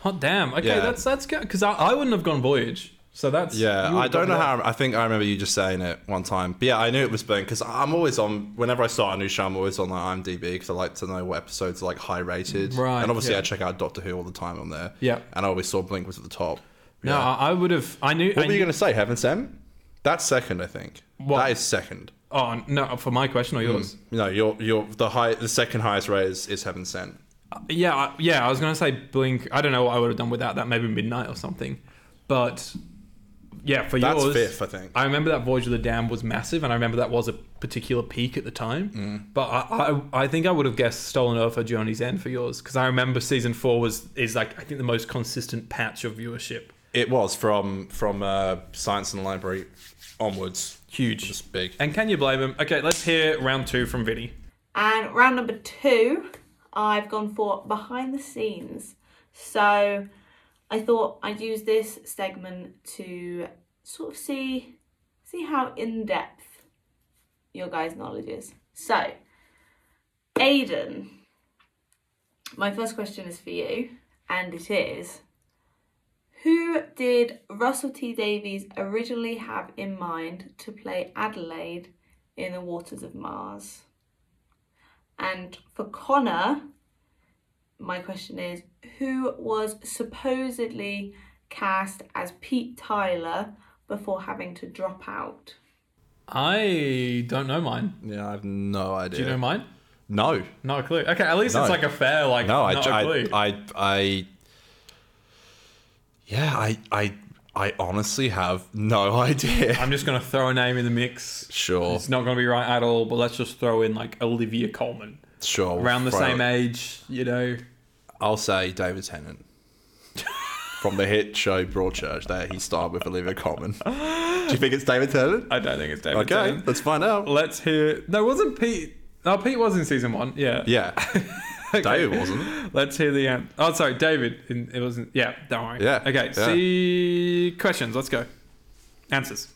[SPEAKER 1] Hot damn. Okay,
[SPEAKER 2] Yeah.
[SPEAKER 1] that's that's good because I, I wouldn't have gone Voyage. So that's
[SPEAKER 2] Yeah,
[SPEAKER 1] you would
[SPEAKER 2] I
[SPEAKER 1] have gotten
[SPEAKER 2] don't know
[SPEAKER 1] that.
[SPEAKER 2] how. I think I remember you just saying it one time. But yeah, I knew it was Blink because I'm always on. Whenever I start a new show, I'm always on like IMDb because I like to know what episodes are like high rated.
[SPEAKER 1] Right,
[SPEAKER 2] And obviously,
[SPEAKER 1] yeah.
[SPEAKER 2] I check out Doctor Who all the time on there.
[SPEAKER 1] Yeah.
[SPEAKER 2] And I always saw Blink was at the top.
[SPEAKER 1] No,
[SPEAKER 2] Yeah.
[SPEAKER 1] I, I would have. I knew.
[SPEAKER 2] What
[SPEAKER 1] I
[SPEAKER 2] were you
[SPEAKER 1] knew
[SPEAKER 2] going to say, Heaven Sent? That's second, I think.
[SPEAKER 1] What?
[SPEAKER 2] That is second.
[SPEAKER 1] Oh no, for my question or
[SPEAKER 2] Hmm.
[SPEAKER 1] yours?
[SPEAKER 2] No, your your the high the second highest rate is, is Heaven Sent.
[SPEAKER 1] Yeah, I- yeah. I was gonna say Blink. I don't know what I would have done without that. Maybe Midnight or something. But yeah, for
[SPEAKER 2] That's
[SPEAKER 1] yours,
[SPEAKER 2] fifth, I think.
[SPEAKER 1] I remember that Voyage of the Dam was massive, and I remember that was a particular peak at the time. But I, I, I think I would have guessed Stolen Earth or Journey's End for yours because I remember season four was is like I think the most consistent patch of viewership.
[SPEAKER 2] It was from from uh, Science and Library onwards. It
[SPEAKER 1] Huge.
[SPEAKER 2] was big.
[SPEAKER 1] And can you blame him? Okay, let's hear round two from Vinny.
[SPEAKER 3] And round number two, I've gone for behind the scenes. So I thought I'd use this segment to sort of see see how in depth your guys' knowledge is. So, Aiden, my first question is for you, and it is Who did Russell T Davies originally have in mind to play Adelaide in the Waters of Mars? And for Connor, my question is who was supposedly cast as Pete Tyler before having to drop out?
[SPEAKER 1] I don't know mine.
[SPEAKER 2] Yeah, I have no idea.
[SPEAKER 1] Do you know mine?
[SPEAKER 2] no,
[SPEAKER 1] Not a clue. Okay, at least
[SPEAKER 2] No.
[SPEAKER 1] it's like a fair like.
[SPEAKER 2] no, I,
[SPEAKER 1] not a
[SPEAKER 2] I,
[SPEAKER 1] clue.
[SPEAKER 2] I, I, yeah, I, I, I honestly have no idea.
[SPEAKER 1] I'm just gonna throw a name in the mix.
[SPEAKER 2] Sure,
[SPEAKER 1] It's not gonna be right at all, but let's just throw in like Olivia Coleman,
[SPEAKER 2] sure. we'll
[SPEAKER 1] around the
[SPEAKER 2] throw
[SPEAKER 1] same
[SPEAKER 2] it.
[SPEAKER 1] age, you know.
[SPEAKER 2] I'll say David Tennant from the hit show Broadchurch that he starred with Olivia Colman. Do you think it's David Tennant?
[SPEAKER 1] I don't think it's David.
[SPEAKER 2] Okay,
[SPEAKER 1] Tennant.
[SPEAKER 2] let's find out.
[SPEAKER 1] let's hear. No, wasn't Pete? Oh, Pete was in season one. Yeah,
[SPEAKER 2] Yeah,
[SPEAKER 1] Okay.
[SPEAKER 2] David wasn't.
[SPEAKER 1] Let's hear the answer. Oh, sorry, David. In, it wasn't. Yeah, don't worry.
[SPEAKER 2] Yeah,
[SPEAKER 1] Okay.
[SPEAKER 2] yeah.
[SPEAKER 1] See questions. Let's go. Answers.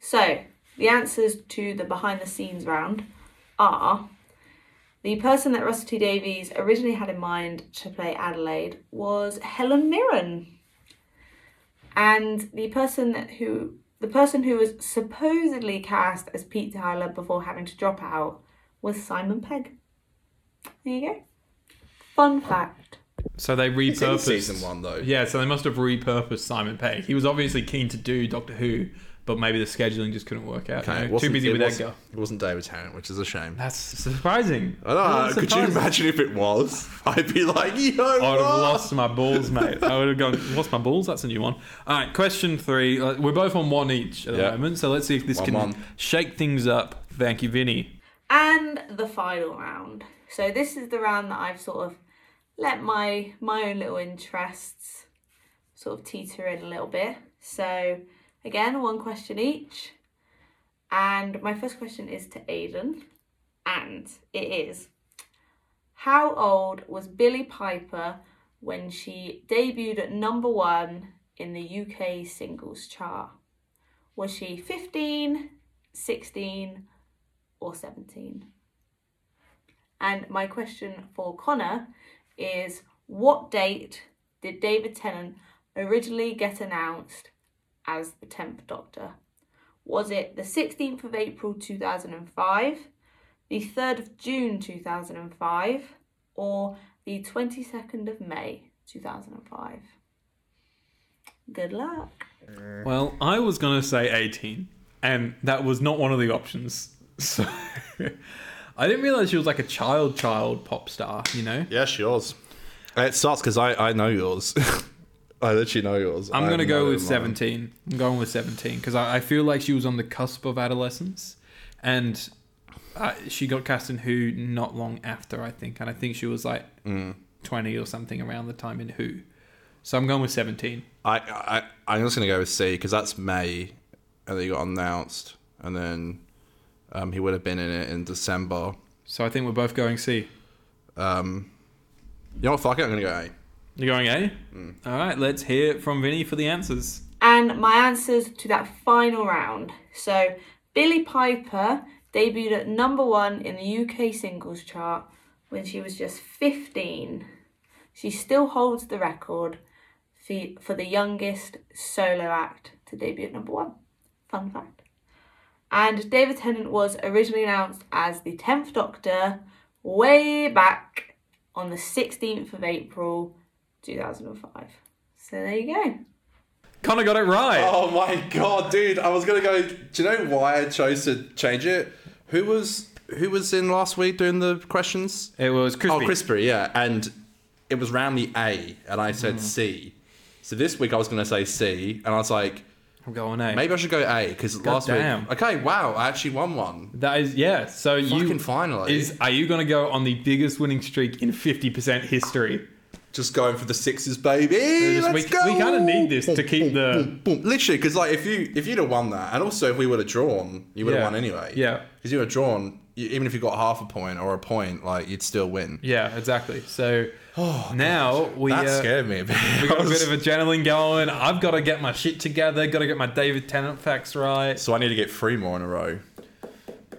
[SPEAKER 3] So, the answers to the behind the scenes round are the person that Russell T Davies originally had in mind to play Adelaide was Helen Mirren. And the person that who the person who was supposedly cast as Pete Tyler before having to drop out was Simon Pegg. There you go. Fun fact.
[SPEAKER 1] So they
[SPEAKER 2] in
[SPEAKER 1] repurposed
[SPEAKER 2] season one, though.
[SPEAKER 1] Yeah, so they must have repurposed Simon Pegg. He was obviously keen to do Doctor Who, but maybe the scheduling just couldn't work out. you
[SPEAKER 2] Okay,
[SPEAKER 1] know?
[SPEAKER 2] it
[SPEAKER 1] Too
[SPEAKER 2] wasn't-
[SPEAKER 1] busy
[SPEAKER 2] it
[SPEAKER 1] with
[SPEAKER 2] wasn't-
[SPEAKER 1] Edgar.
[SPEAKER 2] It wasn't David Tennant, which is a shame.
[SPEAKER 1] That's surprising.
[SPEAKER 2] I don't
[SPEAKER 1] That's
[SPEAKER 2] know, could you
[SPEAKER 1] surprising.
[SPEAKER 2] imagine if it was? I'd be like, yo,
[SPEAKER 1] I would have
[SPEAKER 2] what?
[SPEAKER 1] lost my balls, mate. I would have gone, lost my balls? That's a new one. All right, question three. Uh, We're both on one each at the
[SPEAKER 2] Yeah.
[SPEAKER 1] moment, so let's see if this
[SPEAKER 2] One,
[SPEAKER 1] can
[SPEAKER 2] one.
[SPEAKER 1] shake things up. Thank you, Vinny.
[SPEAKER 3] and the final round. So this is the round that I've sort of let my my own little interests sort of teeter in a little bit. So again, one question each. And my first question is to Aidan, and it is How old was Billy Piper when she debuted at number 1 in the UK singles chart? Was she 15, 16, or 17. And my question for Connor is what date did David Tennant originally get announced as the 10th Doctor? Was it the 16th of April 2005, the 3rd of June 2005, or the 22nd of May 2005? Good luck.
[SPEAKER 1] Well, I was going to say 18, and that was not one of the options. So I didn't realize she was like a child, child pop star, you know?
[SPEAKER 2] Yes, yours. Uh, It sucks because I, I know yours. I literally know yours.
[SPEAKER 1] I'm
[SPEAKER 2] I
[SPEAKER 1] gonna
[SPEAKER 2] have
[SPEAKER 1] go
[SPEAKER 2] no
[SPEAKER 1] with
[SPEAKER 2] mine.
[SPEAKER 1] 17. I'm going with 17 because I, I feel like she was on the cusp of adolescence, and uh, she got cast in Who not long after I think, and I think she was like
[SPEAKER 2] Mm.
[SPEAKER 1] 20 or something around the time in Who. So I'm going with 17.
[SPEAKER 2] I, I, I'm just going to go with C because that's May and they got announced. And then um, he would have been in it in December.
[SPEAKER 1] So I think we're both going C.
[SPEAKER 2] Um, you know what? Fuck it. I'm going to go A.
[SPEAKER 1] You're going A.
[SPEAKER 2] Mm.
[SPEAKER 1] All right, let's hear it from Vinny for the answers.
[SPEAKER 3] And my answers to that final round. So, Billy Piper debuted at number one in the UK singles chart when she was just 15. She still holds the record fe- for the youngest solo act to debut at number one. Fun fact. And David Tennant was originally announced as the 10th Doctor way back on the 16th of April 2005. So, there you go.
[SPEAKER 1] Connor got it right.
[SPEAKER 2] Oh my god, dude! I was gonna go. Do you know why I chose to change it? Who was who was in last week doing the questions?
[SPEAKER 1] It was crispy.
[SPEAKER 2] Oh, Crispy, yeah, and it was roundly A, and I
[SPEAKER 1] Mm.
[SPEAKER 2] said C. So this week I was gonna say C, and I was like,
[SPEAKER 1] I'm going A.
[SPEAKER 2] maybe I should go A because last
[SPEAKER 1] damn.
[SPEAKER 2] week. Okay, wow, I actually won one.
[SPEAKER 1] That is yeah. So you
[SPEAKER 2] Fucking finally.
[SPEAKER 1] is are you going to go on the biggest winning streak in 50% history?
[SPEAKER 2] Just going for the sixes, baby.
[SPEAKER 1] Just- we
[SPEAKER 2] Let's go.
[SPEAKER 1] we kind of need this to keep the
[SPEAKER 2] Boom. Literally, because like if you if you'd have won that, and also if we would have drawn, you would have
[SPEAKER 1] Yeah.
[SPEAKER 2] won anyway.
[SPEAKER 1] Yeah.
[SPEAKER 2] because you would have drawn. You, even if you got half a point or a point, like you'd still win.
[SPEAKER 1] yeah exactly. So now we
[SPEAKER 2] Oh, that
[SPEAKER 1] uh,
[SPEAKER 2] scared me a bit.
[SPEAKER 1] we got a bit of adrenaline going. I've got to get my shit together. Got to get my David Tennant facts right.
[SPEAKER 2] so I need to get three more in a row.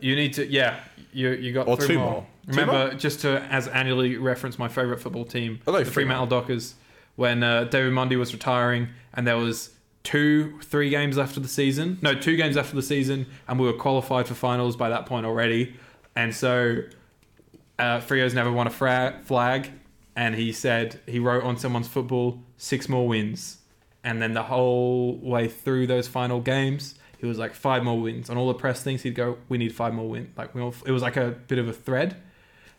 [SPEAKER 1] You need to yeah. You you got
[SPEAKER 2] Or
[SPEAKER 1] three
[SPEAKER 2] two
[SPEAKER 1] more.
[SPEAKER 2] more. Two
[SPEAKER 1] Remember just to as annually reference my favorite football team,
[SPEAKER 2] Although
[SPEAKER 1] the Fremantle Dockers, when uh, David Mundy was retiring and there was two three games left of the season. No, two games after the season, and we were qualified for finals by that point already. And so uh, Frio's never won a fra- flag, and he said he wrote on someone's football six more wins, and then the whole way through those final games, he was like five more wins on all the press things. He'd go, "We need five more wins." Like we all, it was like a bit of a thread,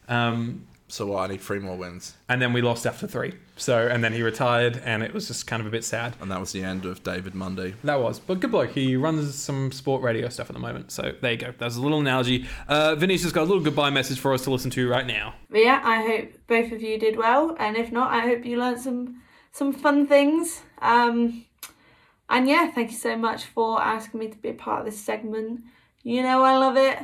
[SPEAKER 1] um,
[SPEAKER 2] So what? I need three more wins,
[SPEAKER 1] and then we lost after three. So and then he retired, and it was just kind of a bit sad.
[SPEAKER 2] and that was the end of David Monday.
[SPEAKER 1] That was, but good bloke. He runs some sport radio stuff at the moment. So there you go. That's a little analogy. Uh, Vinicius got a little goodbye message for us to listen to right now.
[SPEAKER 3] But yeah, I hope both of you did well, and if not, I hope you learnt some some fun things. Um, and yeah, thank you so much for asking me to be a part of this segment. You know I love it,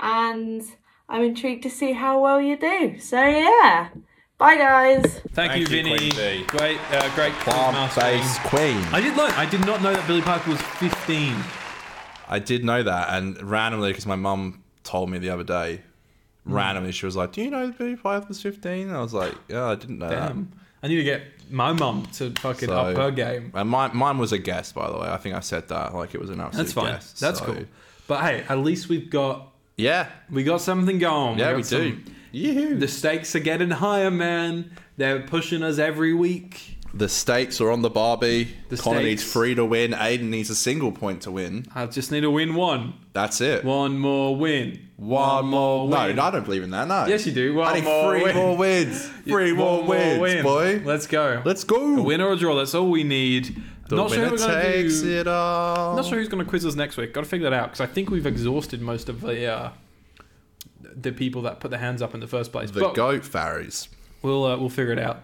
[SPEAKER 3] and I'm intrigued to see how well you do. So yeah, bye guys.
[SPEAKER 1] Thank,
[SPEAKER 2] Thank
[SPEAKER 1] you,
[SPEAKER 2] you,
[SPEAKER 1] Vinny.
[SPEAKER 2] Queen B.
[SPEAKER 1] Great, uh, great quiz mastering.
[SPEAKER 2] Bomb-faced queen.
[SPEAKER 1] I did learn. I did not know that Billy Piper was 15.
[SPEAKER 2] I did know that, and randomly, because my mum told me the other day,
[SPEAKER 1] Hmm.
[SPEAKER 2] randomly she was like, "Do you know Billy Python was 15? I was like, "Yeah, I didn't know
[SPEAKER 1] Damn. I need to get my mum to fucking
[SPEAKER 2] So-
[SPEAKER 1] up her game.
[SPEAKER 2] that." And my, mine was a guess, by the way. I think I said that like it was an absolute
[SPEAKER 1] That's fine.
[SPEAKER 2] guess.
[SPEAKER 1] That's
[SPEAKER 2] so-
[SPEAKER 1] cool. But hey, at least we've got
[SPEAKER 2] Yeah,
[SPEAKER 1] we got something going.
[SPEAKER 2] yeah,
[SPEAKER 1] got
[SPEAKER 2] we do.
[SPEAKER 1] some-
[SPEAKER 2] Yoo-hoo.
[SPEAKER 1] The stakes are getting higher, man. They're pushing us every week.
[SPEAKER 2] The stakes are on the Barbie.
[SPEAKER 1] The
[SPEAKER 2] Connor needs
[SPEAKER 1] stakes.
[SPEAKER 2] three to win. Aiden needs a single point to win.
[SPEAKER 1] I just need to win one.
[SPEAKER 2] That's it.
[SPEAKER 1] One more win.
[SPEAKER 2] One more. No,
[SPEAKER 1] win.
[SPEAKER 2] no, I don't believe in that. No.
[SPEAKER 1] Yes, you do. One
[SPEAKER 2] I need
[SPEAKER 1] more
[SPEAKER 2] three
[SPEAKER 1] win.
[SPEAKER 2] more wins. Three
[SPEAKER 1] One
[SPEAKER 2] more, wins,
[SPEAKER 1] win.
[SPEAKER 2] boy.
[SPEAKER 1] Let's go.
[SPEAKER 2] Let's go.
[SPEAKER 1] A win or a draw. That's all we need.
[SPEAKER 2] The
[SPEAKER 1] not sure
[SPEAKER 2] winner
[SPEAKER 1] who we're gonna
[SPEAKER 2] takes
[SPEAKER 1] do.
[SPEAKER 2] it all.
[SPEAKER 1] Not sure who's going to quiz us next week. Got to figure that out because I think we've exhausted most of the uh, the people that put their hands up in the first place.
[SPEAKER 2] The
[SPEAKER 1] but
[SPEAKER 2] goat fairies.
[SPEAKER 1] we'll uh, we'll figure it out.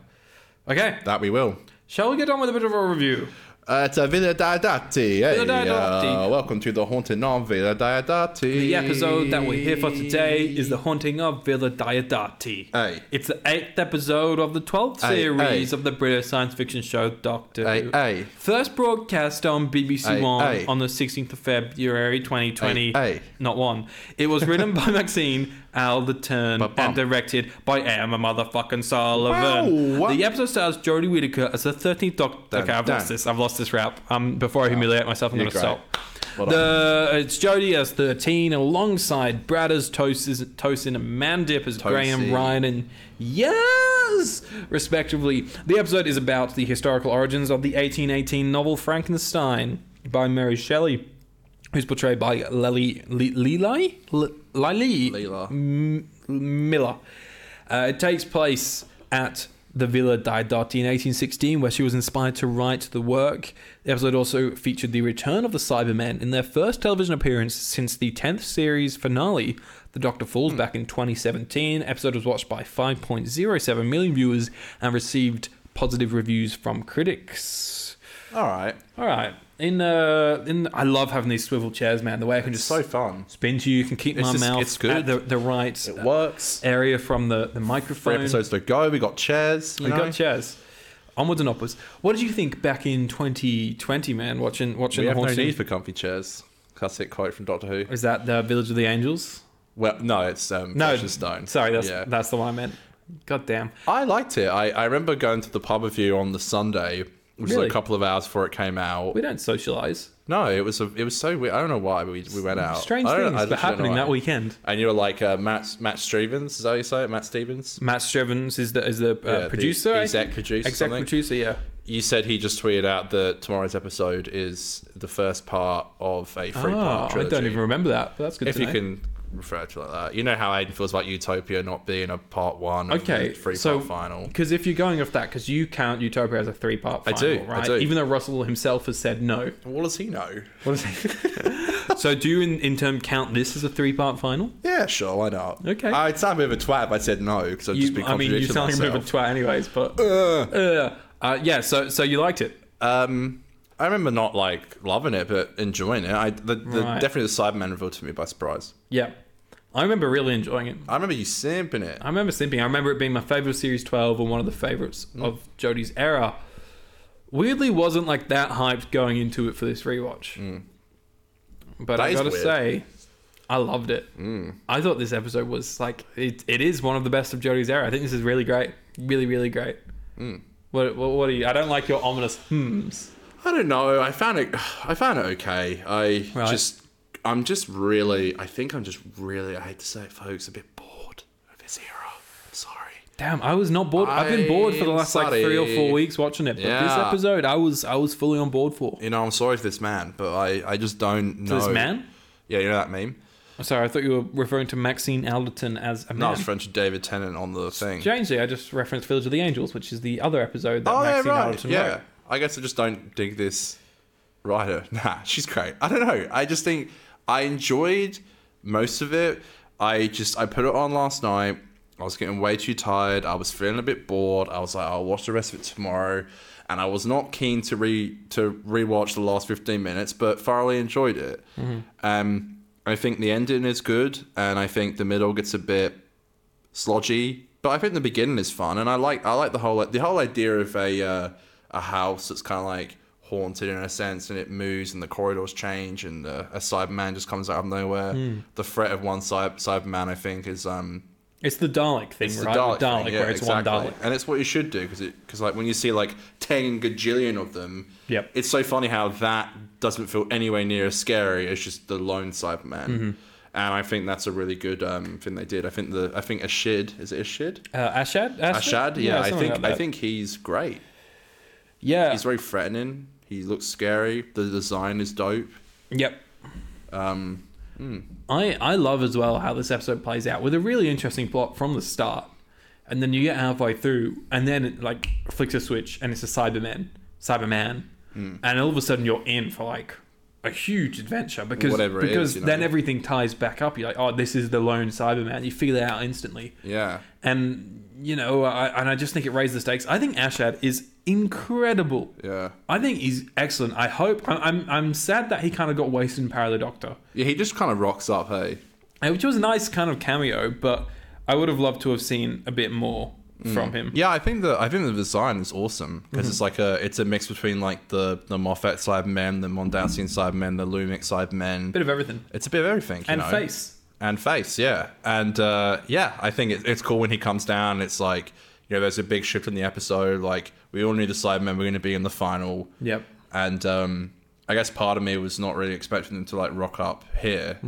[SPEAKER 1] Okay,
[SPEAKER 2] That we will.
[SPEAKER 1] shall we get on with a bit of a review?
[SPEAKER 2] Uh, it's a Villa Diodati. Hey,
[SPEAKER 1] Villa Diodati.
[SPEAKER 2] uh, welcome to the haunted non Villa Diodati.
[SPEAKER 1] The episode oh, that we're here for today is the haunting of Villa Diodati.
[SPEAKER 2] Hey.
[SPEAKER 1] It's the eighth episode of the twelfth
[SPEAKER 2] Hey,
[SPEAKER 1] series
[SPEAKER 2] hey.
[SPEAKER 1] of the British science fiction show Doctor.
[SPEAKER 2] Hey,
[SPEAKER 1] Who.
[SPEAKER 2] hey.
[SPEAKER 1] First broadcast on BBC
[SPEAKER 2] Hey,
[SPEAKER 1] One
[SPEAKER 2] hey.
[SPEAKER 1] on the 16th of February 2020.
[SPEAKER 2] Hey, hey.
[SPEAKER 1] Not one. It was written by Maxine Alderton
[SPEAKER 2] Ba-bum.
[SPEAKER 1] and directed by Emma motherfucking Sullivan.
[SPEAKER 2] Wow.
[SPEAKER 1] The episode stars Jodie Whittaker as the 13th Doctor.
[SPEAKER 2] Done,
[SPEAKER 1] okay, I've lost
[SPEAKER 2] done.
[SPEAKER 1] this. I've lost this rap. Um, before I humiliate myself, I'm
[SPEAKER 2] You're
[SPEAKER 1] going to stop.
[SPEAKER 2] great. Well
[SPEAKER 1] the, it's Jodie as 13 alongside Brad as Tosin, Tosin and Mandip as Graham
[SPEAKER 2] Tosin.
[SPEAKER 1] Ryan and yes, respectively. The episode is about the historical origins of the 1818 novel Frankenstein by Mary Shelley, who's portrayed by Lely Lely L- Lily
[SPEAKER 2] Leela.
[SPEAKER 1] M- Miller. Uh, it takes place at the Villa Diodati in 1816, where she was inspired to write the work. The episode also featured the return of the Cybermen in their first television appearance since the 10th series finale. The Doctor
[SPEAKER 2] Hmm.
[SPEAKER 1] Falls back in 2017. Episode was watched by 5.07 million viewers and received positive reviews from critics.
[SPEAKER 2] All right.
[SPEAKER 1] All right. In uh, in I love having these swivel chairs, man. The way I can
[SPEAKER 2] It's
[SPEAKER 1] just
[SPEAKER 2] so fun.
[SPEAKER 1] spin to you, you can keep
[SPEAKER 2] It's
[SPEAKER 1] my
[SPEAKER 2] just-
[SPEAKER 1] mouth
[SPEAKER 2] it's good.
[SPEAKER 1] at the, the right
[SPEAKER 2] It works.
[SPEAKER 1] area from the, the
[SPEAKER 2] Three
[SPEAKER 1] microphone.
[SPEAKER 2] episodes to go. We got chairs. You
[SPEAKER 1] we
[SPEAKER 2] know?
[SPEAKER 1] got chairs. Onwards and upwards. What did you think back in 2020, man? Watching watching
[SPEAKER 2] We
[SPEAKER 1] the
[SPEAKER 2] have no
[SPEAKER 1] haunting.
[SPEAKER 2] need for comfy chairs. Classic quote from Doctor Who.
[SPEAKER 1] Is that the Village of the Angels?
[SPEAKER 2] Well, no, it's um, Precious Stone.
[SPEAKER 1] Sorry, that's
[SPEAKER 2] Yeah.
[SPEAKER 1] that's the one I meant. God damn.
[SPEAKER 2] I liked it. I, I remember going to the pub review on the Sunday, which
[SPEAKER 1] Really?
[SPEAKER 2] was a couple of hours before it came out.
[SPEAKER 1] We don't socialize.
[SPEAKER 2] No, it was a, it was so weird. I don't know why we, we went out.
[SPEAKER 1] Strange
[SPEAKER 2] Oh, I don't- I
[SPEAKER 1] things were
[SPEAKER 2] just don't know
[SPEAKER 1] happening
[SPEAKER 2] why.
[SPEAKER 1] that weekend.
[SPEAKER 2] And you were like uh, Matt Matt Stevens, is that how you say it? Matt Stevens,
[SPEAKER 1] Matt Strevens is the is the uh,
[SPEAKER 2] Yeah,
[SPEAKER 1] producer.
[SPEAKER 2] the
[SPEAKER 1] I
[SPEAKER 2] exec
[SPEAKER 1] think?
[SPEAKER 2] producer,
[SPEAKER 1] Exec
[SPEAKER 2] something.
[SPEAKER 1] producer, yeah.
[SPEAKER 2] you said he just tweeted out that tomorrow's episode is the first part of a
[SPEAKER 1] Oh,
[SPEAKER 2] three-part
[SPEAKER 1] I
[SPEAKER 2] trilogy.
[SPEAKER 1] don't even remember that. But that's good.
[SPEAKER 2] if
[SPEAKER 1] to
[SPEAKER 2] you
[SPEAKER 1] know.
[SPEAKER 2] can refer to it like that. You know how Aiden feels about Utopia not being a part one. of
[SPEAKER 1] Okay,
[SPEAKER 2] the three
[SPEAKER 1] so
[SPEAKER 2] part final.
[SPEAKER 1] Because if you're going off that, because you count Utopia as a three part
[SPEAKER 2] I
[SPEAKER 1] final,
[SPEAKER 2] do, I
[SPEAKER 1] right?
[SPEAKER 2] do.
[SPEAKER 1] Even though Russell himself has said no.
[SPEAKER 2] What does he know?
[SPEAKER 1] What is so do you, in, in term, count this as a three part final?
[SPEAKER 2] Yeah, sure, why not?
[SPEAKER 1] Okay.
[SPEAKER 2] I'd sound a bit of a twat if I said no because I'd just be
[SPEAKER 1] You, I mean, you
[SPEAKER 2] contradicting
[SPEAKER 1] sound like a bit of a
[SPEAKER 2] myself.
[SPEAKER 1] twat, anyways. But uh, uh, yeah, so so you liked it.
[SPEAKER 2] um, I remember not like loving it, but enjoying it. I the, the,
[SPEAKER 1] Right.
[SPEAKER 2] definitely the Cyberman revealed to me by surprise.
[SPEAKER 1] Yeah, I remember really enjoying it.
[SPEAKER 2] I remember you simping it.
[SPEAKER 1] I remember simping. I remember it being my favorite of series twelve and one of the favorites
[SPEAKER 2] Mm.
[SPEAKER 1] of Jodie's era. Weirdly, wasn't like that hyped going into it for this rewatch. But
[SPEAKER 2] Mm. That
[SPEAKER 1] I
[SPEAKER 2] is
[SPEAKER 1] gotta
[SPEAKER 2] weird. Mm.
[SPEAKER 1] say, I loved it. I thought this episode was like it. It is one of the best of Jodie's era. I think this is really great, really, really great.
[SPEAKER 2] Mm.
[SPEAKER 1] What, what? What are you? I don't like your ominous hmms.
[SPEAKER 2] I don't know. I found it. I found it okay. I
[SPEAKER 1] Right.
[SPEAKER 2] just. I'm just really. I think I'm just really. I hate to say it, folks. A bit bored of this era. I'm sorry.
[SPEAKER 1] Damn, I was not bored. I've been bored for the
[SPEAKER 2] I'm
[SPEAKER 1] last like three or
[SPEAKER 2] sorry.
[SPEAKER 1] four weeks watching it, but this
[SPEAKER 2] Yeah.
[SPEAKER 1] episode, I was I was fully on board for.
[SPEAKER 2] You know, I'm sorry for this man, but I. I just don't know.
[SPEAKER 1] This man.
[SPEAKER 2] Yeah, you know that meme.
[SPEAKER 1] I'm sorry, I thought you were referring to Maxine Alderton as a man.
[SPEAKER 2] No, it's French David Tennant on the thing.
[SPEAKER 1] Strangely, I just referenced Village of the Angels, which is the other episode that
[SPEAKER 2] oh yeah,
[SPEAKER 1] Maxine
[SPEAKER 2] right.
[SPEAKER 1] Alderton
[SPEAKER 2] Yeah.
[SPEAKER 1] wrote.
[SPEAKER 2] I guess I just don't dig this writer. Nah, she's great. I don't know. I just think I enjoyed most of it. I just I put it on last night. I was getting way too tired. I was feeling a bit bored. I was like, I'll watch the rest of it tomorrow. And I was not keen to re to rewatch the last fifteen minutes, but thoroughly enjoyed it.
[SPEAKER 1] Mm-hmm.
[SPEAKER 2] Um, I think the ending is good, and I think the middle gets a bit slodgy. But I think the beginning is fun, and I like I like the whole the whole idea of a uh, a house that's kind of like haunted in a sense, and it moves, and the corridors change, and uh, a Cyberman just comes out of nowhere. The threat of one cy- Cyberman, I think, is um
[SPEAKER 1] It's the Dalek thing,
[SPEAKER 2] it's
[SPEAKER 1] right?
[SPEAKER 2] the Dalek,
[SPEAKER 1] the Dalek
[SPEAKER 2] thing, yeah,
[SPEAKER 1] where it's one
[SPEAKER 2] exactly.
[SPEAKER 1] Dalek.
[SPEAKER 2] and it's what you should do because it because like when you see like ten gajillion of them,
[SPEAKER 1] Yep.
[SPEAKER 2] it's so funny how that doesn't feel anywhere near as scary as just the lone Cyberman. And I think that's a really good um, thing they did. I think the I think Ashid is it Ashid?
[SPEAKER 1] Uh, Ashad?
[SPEAKER 2] Ashad, yeah, I
[SPEAKER 1] something
[SPEAKER 2] think
[SPEAKER 1] like
[SPEAKER 2] I
[SPEAKER 1] that.
[SPEAKER 2] think he's great.
[SPEAKER 1] Yeah.
[SPEAKER 2] He's very threatening. He looks scary. The design is dope.
[SPEAKER 1] Yep.
[SPEAKER 2] Um,
[SPEAKER 1] I, I love as well how this episode plays out with a really interesting plot from the start. And then you get halfway through, and then it like flicks a switch, and it's a Cyberman. Cyberman.
[SPEAKER 2] Hmm.
[SPEAKER 1] And all of a sudden, you're in for like a huge adventure because,
[SPEAKER 2] Whatever it is,
[SPEAKER 1] because
[SPEAKER 2] you know.
[SPEAKER 1] then everything ties back up. You're like, oh, this is the lone Cyberman. You figure that out instantly.
[SPEAKER 2] yeah,
[SPEAKER 1] And, you know, I, and I just think it raised the stakes. I think Ashad is incredible.
[SPEAKER 2] yeah,
[SPEAKER 1] I think he's excellent. I hope. I- I'm, I'm sad that he kind of got wasted in Parallel Doctor.
[SPEAKER 2] yeah. He just kind of rocks up. Hey,
[SPEAKER 1] Uh, which was a nice kind of cameo, but I would have loved to have seen a bit more from him.
[SPEAKER 2] Mm. yeah. I think the I think the design is awesome because
[SPEAKER 1] Mm-hmm.
[SPEAKER 2] it's like a it's a mix between like the the Moffat Cybermen, the Mondasian Cybermen, the Lumix Cybermen.
[SPEAKER 1] Bit of everything
[SPEAKER 2] it's a bit of everything. You
[SPEAKER 1] and
[SPEAKER 2] know?
[SPEAKER 1] face.
[SPEAKER 2] and face yeah and uh, yeah i think it, it's cool when he comes down it's like you know there's a big shift in the episode like we all knew the sidemen were going to be in the final
[SPEAKER 1] Yep.
[SPEAKER 2] and um, i guess part of me was not really expecting them to like rock up here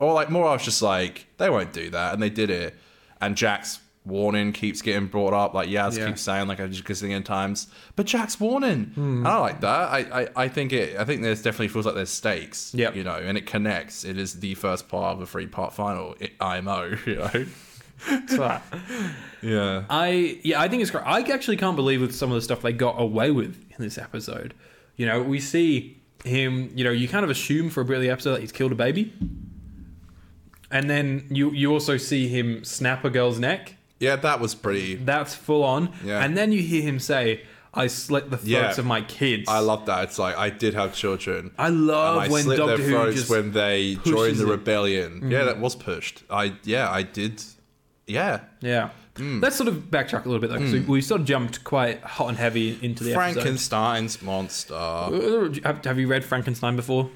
[SPEAKER 2] or like more i was just like they won't do that and they did it and jack's warning keeps getting brought up like yeah,
[SPEAKER 1] Yeah.
[SPEAKER 2] keeps saying like i just kissing in times but jack's warning and i like that I, I i think it i think there's definitely feels like there's stakes
[SPEAKER 1] Yep.
[SPEAKER 2] you know and it connects it is the first part of a three part final i- imo you know
[SPEAKER 1] So I-
[SPEAKER 2] yeah
[SPEAKER 1] I yeah, I think it's great. I actually can't believe with some of the stuff they got away with in this episode. You know, we see him. You know, you kind of assume for a bit of the episode that he's killed a baby, and then you you also see him snap a girl's neck.
[SPEAKER 2] yeah that was pretty
[SPEAKER 1] That's full on.
[SPEAKER 2] Yeah.
[SPEAKER 1] And then you hear him say, "I slit the throats
[SPEAKER 2] Yeah.
[SPEAKER 1] of my kids."
[SPEAKER 2] i love that it's like i did have children
[SPEAKER 1] I
[SPEAKER 2] and
[SPEAKER 1] love
[SPEAKER 2] I
[SPEAKER 1] when
[SPEAKER 2] slit
[SPEAKER 1] Doctor
[SPEAKER 2] their
[SPEAKER 1] Who
[SPEAKER 2] throats
[SPEAKER 1] just
[SPEAKER 2] when they joined
[SPEAKER 1] pushes
[SPEAKER 2] the
[SPEAKER 1] it. Mm-hmm.
[SPEAKER 2] rebellion. Yeah, that was pushed. I yeah, I did. Yeah,
[SPEAKER 1] Yeah.
[SPEAKER 2] Hmm.
[SPEAKER 1] Let's sort of backtrack a little bit though, 'cause we, we sort of jumped quite hot and heavy into the
[SPEAKER 2] Frankenstein's monster.
[SPEAKER 1] episode. Have, have you read Frankenstein before?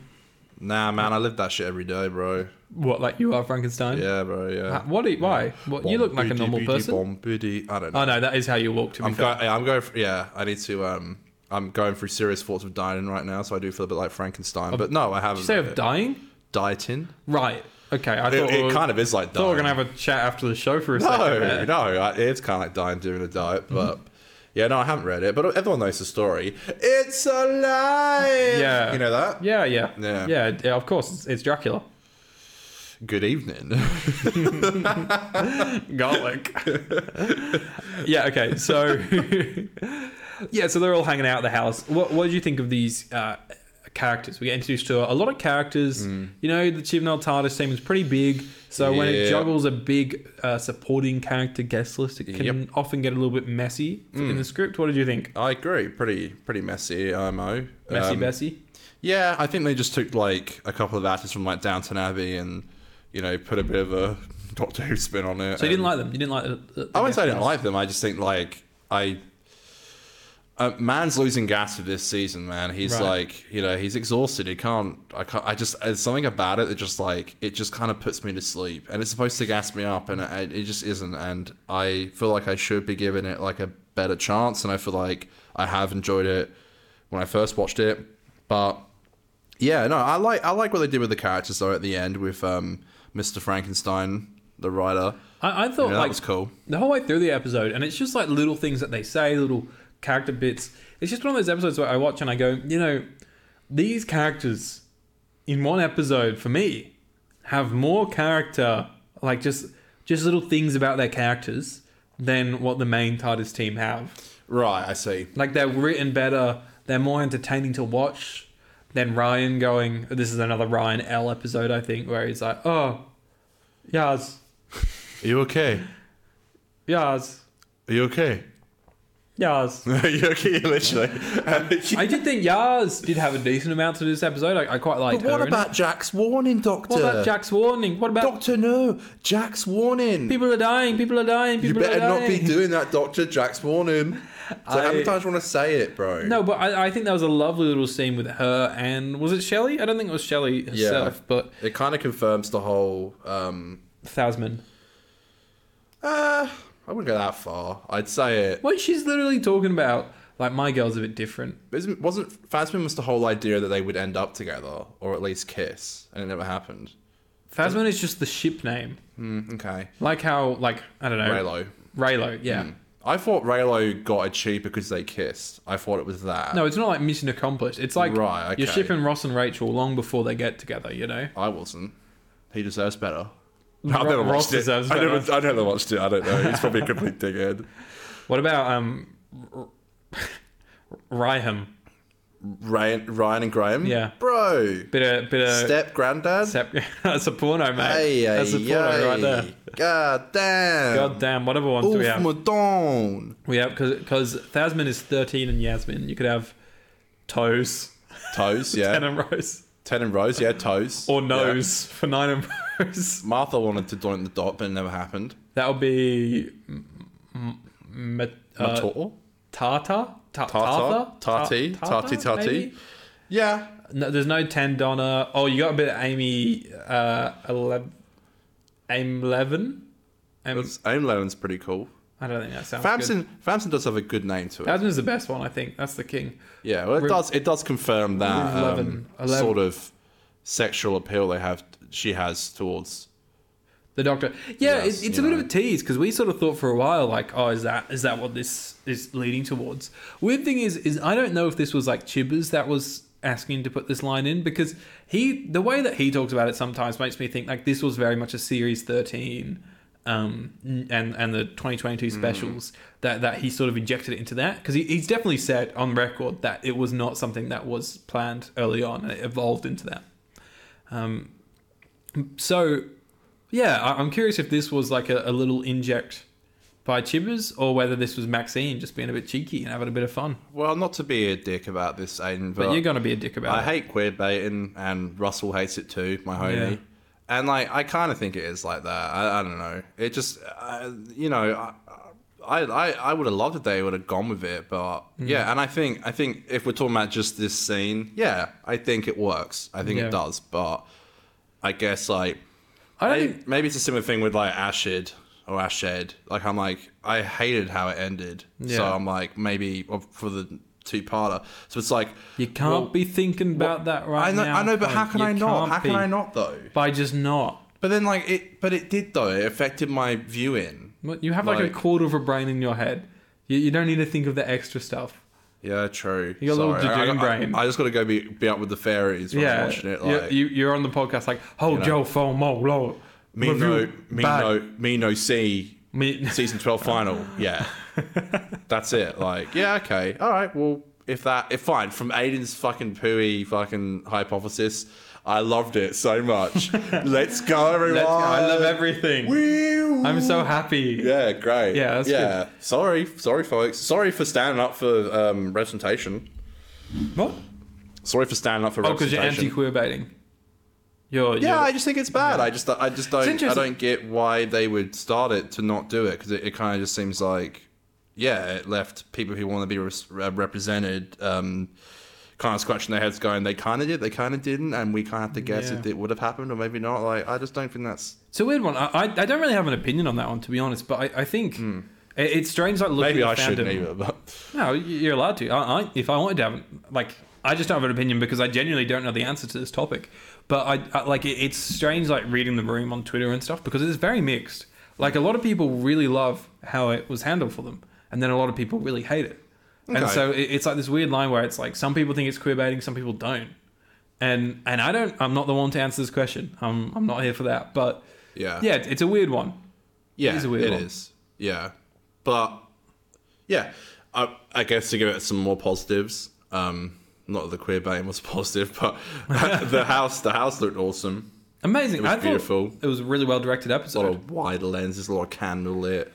[SPEAKER 2] Nah, man, I live that shit every day, bro.
[SPEAKER 1] What, like you are Frankenstein?
[SPEAKER 2] Yeah, bro.
[SPEAKER 1] Uh,
[SPEAKER 2] Yeah.
[SPEAKER 1] What? do you- Why? What? You look like a
[SPEAKER 2] Bombidi,
[SPEAKER 1] normal
[SPEAKER 2] bidi,
[SPEAKER 1] person.
[SPEAKER 2] bombidi. I don't know.
[SPEAKER 1] Oh no, that is how you walk. To be
[SPEAKER 2] I'm
[SPEAKER 1] fair,
[SPEAKER 2] going. I'm going. For, yeah, I need to. Um, I'm going through serious thoughts of dieting right now, so I do feel a bit like Frankenstein. But no, I haven't.
[SPEAKER 1] you say
[SPEAKER 2] read
[SPEAKER 1] of
[SPEAKER 2] it.
[SPEAKER 1] dying,
[SPEAKER 2] dieting.
[SPEAKER 1] right? Okay, I
[SPEAKER 2] It,
[SPEAKER 1] thought, we
[SPEAKER 2] it
[SPEAKER 1] were,
[SPEAKER 2] kind of is like
[SPEAKER 1] thought we
[SPEAKER 2] dying.
[SPEAKER 1] were gonna have a chat after the show for a
[SPEAKER 2] No,
[SPEAKER 1] second. there. Mm-hmm.
[SPEAKER 2] no, I- it's kind of like dying doing a diet, but Yeah, no, I haven't read it, but everyone knows the story. It's alive.
[SPEAKER 1] Yeah.
[SPEAKER 2] you know that.
[SPEAKER 1] Yeah, yeah,
[SPEAKER 2] Yeah.
[SPEAKER 1] yeah. yeah, Of course, it's, it's Dracula.
[SPEAKER 2] Good evening.
[SPEAKER 1] Garlic. yeah. Okay. So, yeah. So they're all hanging out at the house. What What do you think of these uh, characters? We get introduced to a lot of characters.
[SPEAKER 2] Hmm.
[SPEAKER 1] You know, the Chibnall TARDIS team is pretty big. So when it
[SPEAKER 2] Yeah.
[SPEAKER 1] juggles a big uh, supporting character guest list, it can
[SPEAKER 2] Yep. Hmm.
[SPEAKER 1] often get a little bit messy in the script. What did you think?
[SPEAKER 2] I agree. Pretty, pretty messy IMO.
[SPEAKER 1] Messy
[SPEAKER 2] Um,
[SPEAKER 1] Bessie.
[SPEAKER 2] Yeah, I think they just took like a couple of artists from like Downton Abbey and you know put a bit of a Doctor Who spin on it.
[SPEAKER 1] So you
[SPEAKER 2] and-
[SPEAKER 1] didn't like them. You didn't like. The, the- the
[SPEAKER 2] um, I wouldn't
[SPEAKER 1] guest
[SPEAKER 2] say I didn't
[SPEAKER 1] list.
[SPEAKER 2] like them. I just think like I. Uh, man's losing gas for this season, man. He's
[SPEAKER 1] Right.
[SPEAKER 2] like, you know, he's exhausted. He can't. I can't. I just. There's something about it that just like it just kind of puts me to sleep, and it's supposed to gas me up, and it, it just isn't. And I feel like I should be giving it like a better chance, and I feel like I have enjoyed it when I first watched it, but yeah, no, I like I like what they did with the characters though at the end with um, Mr. Frankenstein, the writer.
[SPEAKER 1] I, I thought
[SPEAKER 2] Yeah, that
[SPEAKER 1] like
[SPEAKER 2] was cool.
[SPEAKER 1] the whole way through the episode, and it's just like little things that they say, little character bits. It's just one of those episodes where I watch and I go, you know, these characters in one episode for me have more character, like just just little things about their characters than what the main TARDIS team have.
[SPEAKER 2] Right, I see.
[SPEAKER 1] Like they're written better, they're more entertaining to watch than Ryan going. This is another Ryan L episode, I think, where he's like, oh, Yaz,
[SPEAKER 2] Are you okay?
[SPEAKER 1] Yaz,
[SPEAKER 2] Are you okay?
[SPEAKER 1] Yaz.
[SPEAKER 2] Are you okay? Literally.
[SPEAKER 1] I did think Yaz did have a decent amount to this episode. I, I quite liked
[SPEAKER 2] but
[SPEAKER 1] her.
[SPEAKER 2] what
[SPEAKER 1] in it.
[SPEAKER 2] about uh, Jack's warning, Doctor?
[SPEAKER 1] what about Jack's warning? What about
[SPEAKER 2] Doctor, no, Jack's warning.
[SPEAKER 1] people are dying? People are dying.
[SPEAKER 2] you
[SPEAKER 1] People
[SPEAKER 2] better
[SPEAKER 1] are dying.
[SPEAKER 2] not be doing that, Doctor. Jack's warning. So how
[SPEAKER 1] I-
[SPEAKER 2] many times do you want to say it, bro?
[SPEAKER 1] no, but I, I think that was a lovely little scene with her and was it Shelley? I don't think it was Shelley herself, but
[SPEAKER 2] It kind of confirms the whole um,
[SPEAKER 1] Thasman.
[SPEAKER 2] Uh, I wouldn't go that far. I'd say it
[SPEAKER 1] What she's literally talking about, like my girl's a bit different.
[SPEAKER 2] isn't, wasn't Phasmin was the whole idea that they would end up together or at least kiss, and it never happened.
[SPEAKER 1] Thasman is just the ship name,
[SPEAKER 2] Mm, okay,
[SPEAKER 1] like how like I don't know
[SPEAKER 2] Raylo. Mm.
[SPEAKER 1] Raylo, yeah.
[SPEAKER 2] I thought Raylo got a cheat because they kissed. I thought it was that.
[SPEAKER 1] No, it's not like mission accomplished. It's like
[SPEAKER 2] Right, okay.
[SPEAKER 1] you're shipping Ross and Rachel long before they get together. You know.
[SPEAKER 2] I wasn't. He deserves better. No,
[SPEAKER 1] Ro-
[SPEAKER 2] I've never
[SPEAKER 1] Ross
[SPEAKER 2] watched it.
[SPEAKER 1] deserves
[SPEAKER 2] I
[SPEAKER 1] better.
[SPEAKER 2] never, I never watched it. I don't know. He's probably a complete dickhead.
[SPEAKER 1] What about um, Ryham?
[SPEAKER 2] Ryan, Ryan and Graham.
[SPEAKER 1] Yeah.
[SPEAKER 2] bro.
[SPEAKER 1] Bit of bit of
[SPEAKER 2] Step granddad.
[SPEAKER 1] sep- that's a porno, mate.
[SPEAKER 2] Hey, hey,
[SPEAKER 1] that's a porno
[SPEAKER 2] hey.
[SPEAKER 1] right there.
[SPEAKER 2] God damn.
[SPEAKER 1] God damn, whatever ones do we
[SPEAKER 2] Oof,
[SPEAKER 1] have?
[SPEAKER 2] my dawn.
[SPEAKER 1] we have because Thasman is thirteen and Yasmin. You could have toes
[SPEAKER 2] Toes, yeah.
[SPEAKER 1] ten and Rose
[SPEAKER 2] Ten and Rose, yeah, toes.
[SPEAKER 1] or
[SPEAKER 2] Yeah.
[SPEAKER 1] nose for nine and Rose.
[SPEAKER 2] Martha wanted to join the dot, but it never happened.
[SPEAKER 1] That would be m- m- met- uh,
[SPEAKER 2] Mator?
[SPEAKER 1] Tata. Ta-
[SPEAKER 2] Tartar?
[SPEAKER 1] Tartha? Ta-
[SPEAKER 2] Tarty?
[SPEAKER 1] Tata,
[SPEAKER 2] Tarty, tarty.
[SPEAKER 1] maybe?
[SPEAKER 2] Yeah.
[SPEAKER 1] No, there's no ten Donna. Oh, you got a bit of Amy. Uh, eleven. Aim eleven. Aim-
[SPEAKER 2] It's, Aim Levin's pretty cool.
[SPEAKER 1] I don't think that sounds. good.
[SPEAKER 2] Famson Famson does have a good name to it.
[SPEAKER 1] Thasman's the best one, I think. That's the king.
[SPEAKER 2] yeah, well, it
[SPEAKER 1] Re-
[SPEAKER 2] does it does confirm that
[SPEAKER 1] Eleven.
[SPEAKER 2] um,
[SPEAKER 1] Eleven.
[SPEAKER 2] sort of sexual appeal they have she has towards
[SPEAKER 1] The Doctor. Yeah,
[SPEAKER 2] Yes,
[SPEAKER 1] it, it's a
[SPEAKER 2] you
[SPEAKER 1] bit
[SPEAKER 2] know.
[SPEAKER 1] of a tease because we sort of thought for a while, like, oh, is that is that what this is leading towards? Weird thing is, is I don't know if this was like Chibbers that was asking to put this line in because he, the way that he talks about it sometimes makes me think like this was very much a series thirteen, um, and and the twenty twenty
[SPEAKER 2] Mm.
[SPEAKER 1] two specials that that he sort of injected it into that because he, he's definitely said on record that it was not something that was planned early on and it evolved into that. Um, so yeah, I- I'm curious if this was like a, a little inject by Chibbers or whether this was Maxine just being a bit cheeky and having a bit of fun.
[SPEAKER 2] Well, not to be a dick about this, Aiden,
[SPEAKER 1] But
[SPEAKER 2] but,
[SPEAKER 1] you're going to be a dick about
[SPEAKER 2] I
[SPEAKER 1] it.
[SPEAKER 2] hate queer baiting, and Russell hates it too, my homie.
[SPEAKER 1] Yeah.
[SPEAKER 2] And like, I kind of think it is like that. I, I don't know. It just, uh, you know, I, I, I, I would have loved it. They would have gone with it, but
[SPEAKER 1] Mm.
[SPEAKER 2] yeah. And I think, I think if we're talking about just this scene, yeah, I think it works. I think
[SPEAKER 1] Yeah.
[SPEAKER 2] it does. But I guess like,
[SPEAKER 1] I don't
[SPEAKER 2] I-
[SPEAKER 1] think-
[SPEAKER 2] maybe it's a similar thing with like Ashid or Ashed. Like I'm like I hated how it ended, so
[SPEAKER 1] Yeah.
[SPEAKER 2] I'm like maybe of- for the two-parter. So it's like
[SPEAKER 1] You can't
[SPEAKER 2] well,
[SPEAKER 1] be thinking about that right
[SPEAKER 2] I know,
[SPEAKER 1] now.
[SPEAKER 2] I know, but how
[SPEAKER 1] Craig.
[SPEAKER 2] can
[SPEAKER 1] You
[SPEAKER 2] I not?
[SPEAKER 1] can't
[SPEAKER 2] How can
[SPEAKER 1] be.
[SPEAKER 2] I not though?
[SPEAKER 1] By just not.
[SPEAKER 2] But then like it, but it did though. It affected my viewing.
[SPEAKER 1] Well, You have like,
[SPEAKER 2] Like-
[SPEAKER 1] a quarter of a brain in your head. You, you don't need to think of the extra stuff.
[SPEAKER 2] Yeah, true.
[SPEAKER 1] You got a little
[SPEAKER 2] Sorry. I,
[SPEAKER 1] jejune
[SPEAKER 2] I-
[SPEAKER 1] brain.
[SPEAKER 2] I, just got to go be, be up with the fairies when I'm watching it.
[SPEAKER 1] you-
[SPEAKER 2] Like,
[SPEAKER 1] you, you're on the podcast like, oh,
[SPEAKER 2] You know.
[SPEAKER 1] Joe, phone, mo, low.
[SPEAKER 2] me no, me no, me no C
[SPEAKER 1] Me,
[SPEAKER 2] season twelve final. Yeah, that's it. Like, yeah, okay, all right. Well, if that, if fine. From Aiden's fucking pooey fucking hypothesis, I loved it so much. Let's go, everyone.
[SPEAKER 1] Let's go. I love everything.
[SPEAKER 2] Woo.
[SPEAKER 1] I'm so happy.
[SPEAKER 2] Yeah, great.
[SPEAKER 1] Yeah, that's
[SPEAKER 2] yeah. Sorry, sorry, folks. Sorry for standing up for um, representation.
[SPEAKER 1] What?
[SPEAKER 2] Sorry for standing up for
[SPEAKER 1] Oh, because
[SPEAKER 2] representation.
[SPEAKER 1] you're anti queer baiting. You're,
[SPEAKER 2] Yeah,
[SPEAKER 1] you're-
[SPEAKER 2] I just think it's bad. I just, I just don't, I
[SPEAKER 1] interesting.
[SPEAKER 2] don't get why they would start it to not do it because it, it kind of just seems like, yeah, it left people who want to be res- uh, represented, um, kind of scratching their heads, going, they kind of did, they kind of didn't, and we kind of have to guess
[SPEAKER 1] Yeah.
[SPEAKER 2] if it would have happened or maybe not. Like, I just don't think that's
[SPEAKER 1] It's a weird one. I, I, I don't really have an opinion on that one, to be honest, but I, I think it, it's strange. Like, looking
[SPEAKER 2] Hmm. maybe I
[SPEAKER 1] at the fandom.
[SPEAKER 2] shouldn't either, but
[SPEAKER 1] No, you're allowed to. I, I, if I wanted to have, like, I just don't have an opinion because I genuinely don't know the answer to this topic. But I, I like, it, it's strange, like, reading the room on Twitter and stuff because it's very mixed. Like, a lot of people really love how it was handled for them, and then a lot of people really hate it. And
[SPEAKER 2] Okay.
[SPEAKER 1] so it, it's like this weird line where it's like some people think it's queer baiting, some people don't. And and I don't. I'm not the one to answer this question. I'm I'm not here for that. But
[SPEAKER 2] yeah,
[SPEAKER 1] yeah, it's a weird one.
[SPEAKER 2] Yeah,
[SPEAKER 1] is a weird
[SPEAKER 2] it
[SPEAKER 1] one.
[SPEAKER 2] is. Yeah, but yeah, I, I guess to give it some more positives. Um, not that the queer baiting was positive, but the house, the house looked awesome.
[SPEAKER 1] Amazing. It
[SPEAKER 2] was beautiful.
[SPEAKER 1] It was a really well directed
[SPEAKER 2] A
[SPEAKER 1] episode.
[SPEAKER 2] lot of wide lenses, a lot of candle lit,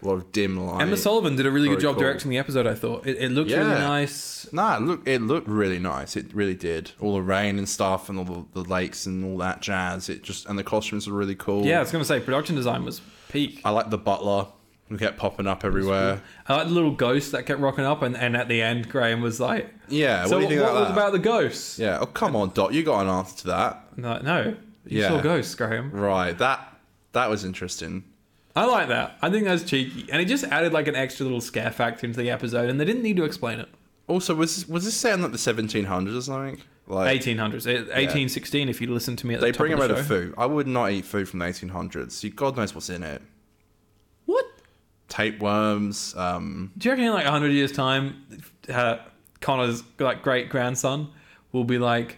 [SPEAKER 2] a lot of dim light.
[SPEAKER 1] Emma Sullivan did a really good
[SPEAKER 2] Very
[SPEAKER 1] job
[SPEAKER 2] cool.
[SPEAKER 1] directing the episode. I thought it, it looked really
[SPEAKER 2] Yeah.
[SPEAKER 1] nice.
[SPEAKER 2] Nah, it look, it looked really nice. It really did. All the rain and stuff, and all the, the lakes and all that jazz. It just and the costumes were really cool.
[SPEAKER 1] Yeah, I was gonna say production design was peak.
[SPEAKER 2] I like the butler who kept popping up everywhere.
[SPEAKER 1] I like the little ghost that kept rocking up, and, and at the end, Graham was like,
[SPEAKER 2] Yeah,
[SPEAKER 1] "So
[SPEAKER 2] what do
[SPEAKER 1] what,
[SPEAKER 2] you think about
[SPEAKER 1] was
[SPEAKER 2] that?
[SPEAKER 1] about the ghosts?"
[SPEAKER 2] Yeah, oh come on, Dot, you got an answer to that.
[SPEAKER 1] No, no, you
[SPEAKER 2] Yeah.
[SPEAKER 1] saw ghosts, Graham.
[SPEAKER 2] Right, that that was interesting.
[SPEAKER 1] I like that. I think that's cheeky, and it just added like an extra little scare factor into the episode, and they didn't need to explain it.
[SPEAKER 2] Also, was was this saying like the 1700s or something? Like
[SPEAKER 1] 1800s, eh, 1816. If you listen to me, at
[SPEAKER 2] they
[SPEAKER 1] the top
[SPEAKER 2] bring a
[SPEAKER 1] of
[SPEAKER 2] load
[SPEAKER 1] the
[SPEAKER 2] of
[SPEAKER 1] show.
[SPEAKER 2] food. I would not eat food from the 1800s. You, God knows what's in it.
[SPEAKER 1] What?
[SPEAKER 2] Tapeworms. Um,
[SPEAKER 1] Do you reckon in like 100 years' time, uh, Connor's like great grandson will be like,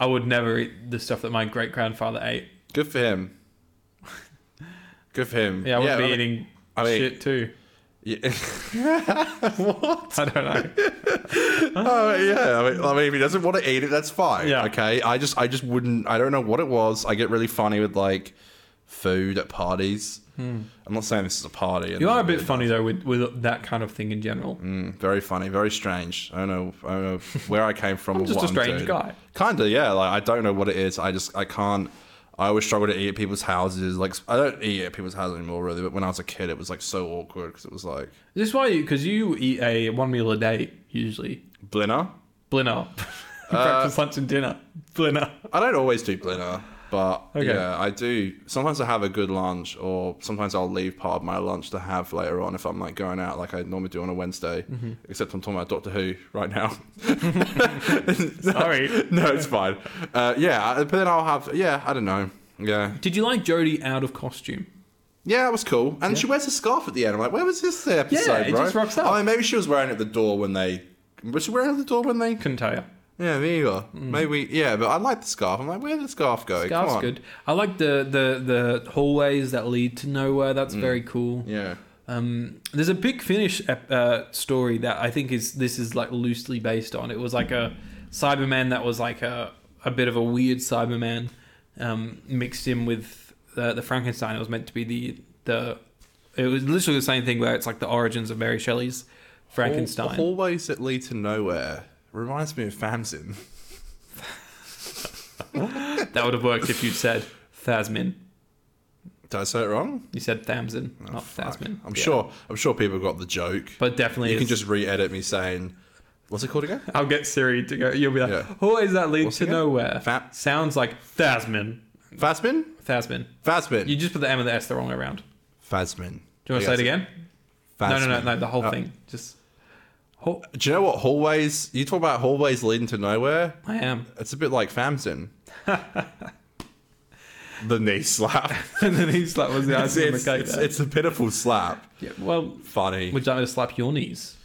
[SPEAKER 1] I would never eat the stuff that my great grandfather ate.
[SPEAKER 2] good for him. Good for him.
[SPEAKER 1] Yeah, I would be
[SPEAKER 2] I mean-
[SPEAKER 1] eating
[SPEAKER 2] I mean-
[SPEAKER 1] shit too.
[SPEAKER 2] Yeah. what?
[SPEAKER 1] I don't know.
[SPEAKER 2] Oh yeah. I mean, I mean, if he doesn't want to eat it, that's fine.
[SPEAKER 1] Yeah.
[SPEAKER 2] Okay. I just, I just wouldn't. I don't know what it was. I get really funny with like food at parties. I'm not saying this is a party.
[SPEAKER 1] Hmm. you are a bit funny though with, with that kind of thing in general.
[SPEAKER 2] Mm, very funny, very strange. I don't know, I don't know where I came from. or
[SPEAKER 1] just
[SPEAKER 2] what
[SPEAKER 1] a strange
[SPEAKER 2] I'm doing.
[SPEAKER 1] guy.
[SPEAKER 2] Kinda, yeah. Like I don't know what it is. I just I can't. I always struggle to eat at people's houses. Like I don't eat at people's houses anymore, really. But when I was a kid, it was like so awkward because it was like
[SPEAKER 1] This is why you, because you eat a one meal a day usually.
[SPEAKER 2] blinner.
[SPEAKER 1] Blinner.
[SPEAKER 2] Uh,
[SPEAKER 1] Breakfast, lunch, and dinner. Blinner.
[SPEAKER 2] I don't always do blinner, but
[SPEAKER 1] Okay.
[SPEAKER 2] yeah, I do. Sometimes I have a good lunch, or sometimes I'll leave part of my lunch to have later on if I'm like going out, like I normally do on a Wednesday.
[SPEAKER 1] Mm-hmm.
[SPEAKER 2] Except I'm talking about Doctor Who right now.
[SPEAKER 1] Sorry.
[SPEAKER 2] no, it's fine. Uh, yeah, but then I'll have. Yeah, I don't know. Yeah,
[SPEAKER 1] Did you like Jodie out of costume?
[SPEAKER 2] yeah, it was cool. And she wears a scarf at the end. I'm like, where was this episode?
[SPEAKER 1] it
[SPEAKER 2] bro?
[SPEAKER 1] just rocks up.
[SPEAKER 2] Oh, maybe she was wearing it at the door when they. Was she wearing it at the door when they?
[SPEAKER 1] Couldn't tell you.
[SPEAKER 2] Yeah, there you are.
[SPEAKER 1] Mm.
[SPEAKER 2] Maybe. Yeah, but I like the scarf. I'm like, where did the scarf go? Come
[SPEAKER 1] That's
[SPEAKER 2] on.
[SPEAKER 1] good. I like the, the, the hallways that lead to nowhere.
[SPEAKER 2] Mm.
[SPEAKER 1] That's very cool.
[SPEAKER 2] Yeah.
[SPEAKER 1] Um, there's a big Finnish ep- uh, story that I think is this is like loosely based on. It was like a Cyberman that was like a, a bit of a weird Cyberman um, mixed in with the, the Frankenstein. It was meant to be the the it was literally the same thing where it's like the origins of Mary Shelley's Frankenstein.
[SPEAKER 2] Hall- hallways that lead to nowhere reminds me of Famsin. oh.
[SPEAKER 1] That would have worked if you'd said Thasmin.
[SPEAKER 2] Did I say it wrong?
[SPEAKER 1] You said Thamsin, not
[SPEAKER 2] Oh, Fuck.
[SPEAKER 1] Thasmin.
[SPEAKER 2] I'm
[SPEAKER 1] Yeah.
[SPEAKER 2] sure. I'm sure people got the joke.
[SPEAKER 1] but definitely
[SPEAKER 2] you can
[SPEAKER 1] it's-
[SPEAKER 2] just re-edit me saying, "What's it called again?"
[SPEAKER 1] I'll get Siri to go. You'll be like,
[SPEAKER 2] Yeah.
[SPEAKER 1] always that lead
[SPEAKER 2] What's
[SPEAKER 1] to
[SPEAKER 2] it again?
[SPEAKER 1] nowhere.
[SPEAKER 2] Fa-
[SPEAKER 1] Sounds like Thasmin.
[SPEAKER 2] Fastman.
[SPEAKER 1] Thasmin.
[SPEAKER 2] Fastman.
[SPEAKER 1] You just put the M and the S the wrong way around.
[SPEAKER 2] Fastman.
[SPEAKER 1] Do you want to say it again? No, no, no, no. The whole
[SPEAKER 2] Uh,
[SPEAKER 1] thing. Just. oh, Ho-
[SPEAKER 2] Do you know what hallways? You talk about hallways leading to nowhere.
[SPEAKER 1] I am.
[SPEAKER 2] It's a bit like Famsin. the knee slap.
[SPEAKER 1] and then he slapped was the
[SPEAKER 2] it's,
[SPEAKER 1] icing on the
[SPEAKER 2] it's,
[SPEAKER 1] cake.
[SPEAKER 2] it's,
[SPEAKER 1] there.
[SPEAKER 2] it's a pitiful slap.
[SPEAKER 1] yeah, well,
[SPEAKER 2] Funny.
[SPEAKER 1] would you like me to slap your knees?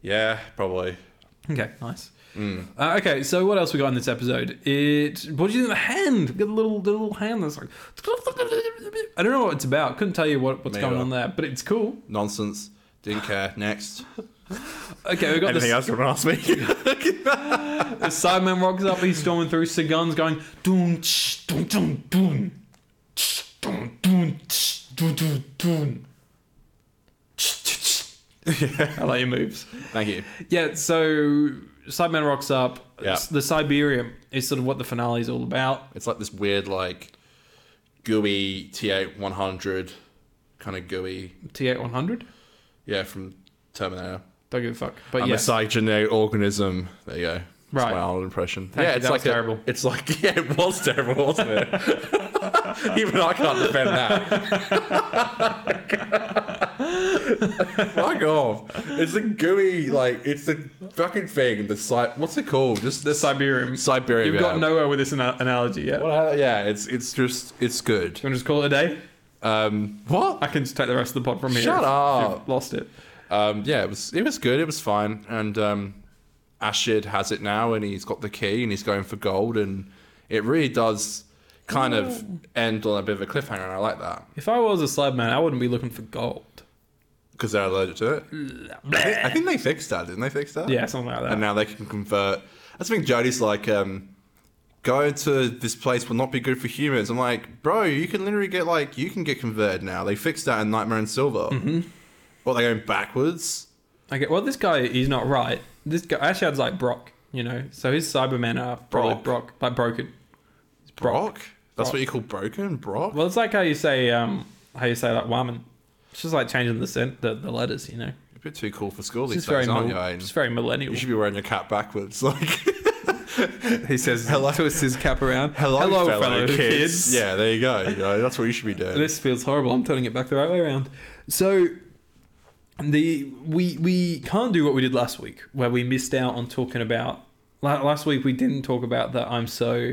[SPEAKER 2] yeah, probably.
[SPEAKER 1] Okay, nice. Uh, okay, so what else we got in this episode? It what do you think of the hand? We got the little the little hand that's like I don't know what it's about. Couldn't tell you what, what's
[SPEAKER 2] Me
[SPEAKER 1] going
[SPEAKER 2] either.
[SPEAKER 1] on there, but it's cool.
[SPEAKER 2] Nonsense. Didn't care. Next.
[SPEAKER 1] Okay, we got this.
[SPEAKER 2] Anything else you want to ask me?
[SPEAKER 1] The Sideman rocks up. He's storming through. Cigun's going doom tsh, doom doom doom tsh, doom doom tsh, doom doom doom. Tsh, tsh, tsh. I like your moves.
[SPEAKER 2] Thank you.
[SPEAKER 1] Yeah, so Sideman rocks up.
[SPEAKER 2] Yeah.
[SPEAKER 1] The Siberium is sort of what the finale is all about.
[SPEAKER 2] It's like this weird, like, gooey T8 100 kind of gooey.
[SPEAKER 1] T eight one hundred.
[SPEAKER 2] Yeah, from Terminator.
[SPEAKER 1] Don't give a fuck. But
[SPEAKER 2] I'm
[SPEAKER 1] yeah,
[SPEAKER 2] a cygenate organism. There you go. That's
[SPEAKER 1] Right.
[SPEAKER 2] my Arnold impression.
[SPEAKER 1] Thank
[SPEAKER 2] yeah,
[SPEAKER 1] you,
[SPEAKER 2] it's
[SPEAKER 1] that
[SPEAKER 2] like
[SPEAKER 1] was
[SPEAKER 2] a-
[SPEAKER 1] terrible.
[SPEAKER 2] it's like yeah, it was terrible, wasn't it? Even I can't defend that. Fuck off! It's a gooey like it's a fucking thing. The si- what's it called? Just the
[SPEAKER 1] Siberium.
[SPEAKER 2] Siberia.
[SPEAKER 1] You've got nowhere with this ana- analogy yet. Do
[SPEAKER 2] Well, uh, yeah, it's it's just it's good.
[SPEAKER 1] you want to just call it a day?
[SPEAKER 2] Um, what?
[SPEAKER 1] I can just take the rest of the pod from here.
[SPEAKER 2] Shut
[SPEAKER 1] if- if
[SPEAKER 2] up.
[SPEAKER 1] you've lost it.
[SPEAKER 2] um, yeah, it was it was good. It was fine. And um, Ashid has it now, and he's got the key, and he's going for gold, and it really does kind of end on a bit of a cliffhanger, and I like that
[SPEAKER 1] If I was a slab man, I wouldn't be looking for gold.
[SPEAKER 2] because they're allergic to it. I think they fixed that, didn't they? Fix that?
[SPEAKER 1] Yeah, something like that.
[SPEAKER 2] And now they can convert. I just think Jody's like. Um, Going to this place will not be good for humans. I'm like, bro, you can literally get like you can get converted now. They fixed that in Nightmare and Silver. Mm-hmm. What they're going backwards?
[SPEAKER 1] Okay, well, this guy, he's not right. This guy, Ashad's like Brock, you know? So his Cybermen are probably
[SPEAKER 2] Brock?
[SPEAKER 1] Brock, like broken. It's
[SPEAKER 2] Brock? That's
[SPEAKER 1] Brock.
[SPEAKER 2] what you call broken? Brock?
[SPEAKER 1] Well, it's like how you say, um, how you say like Waman. It's just like changing the, sen- the the letters, you know?
[SPEAKER 2] You're a bit too cool for school
[SPEAKER 1] It's
[SPEAKER 2] these
[SPEAKER 1] just very,
[SPEAKER 2] days, aren't you,
[SPEAKER 1] mil-
[SPEAKER 2] Aiden?
[SPEAKER 1] just very millennial.
[SPEAKER 2] You should be wearing your cap backwards. Like,
[SPEAKER 1] He says,
[SPEAKER 2] Hello-
[SPEAKER 1] twists his cap around.
[SPEAKER 2] hello, fellow, kids.
[SPEAKER 1] Yeah.
[SPEAKER 2] Yeah, there you go. You know, that's what you should be doing.
[SPEAKER 1] This feels horrible. I'm turning it back the right way around. So the we we can't do what we did last week, where we missed out on talking about. la- Last week we didn't talk about that. I'm so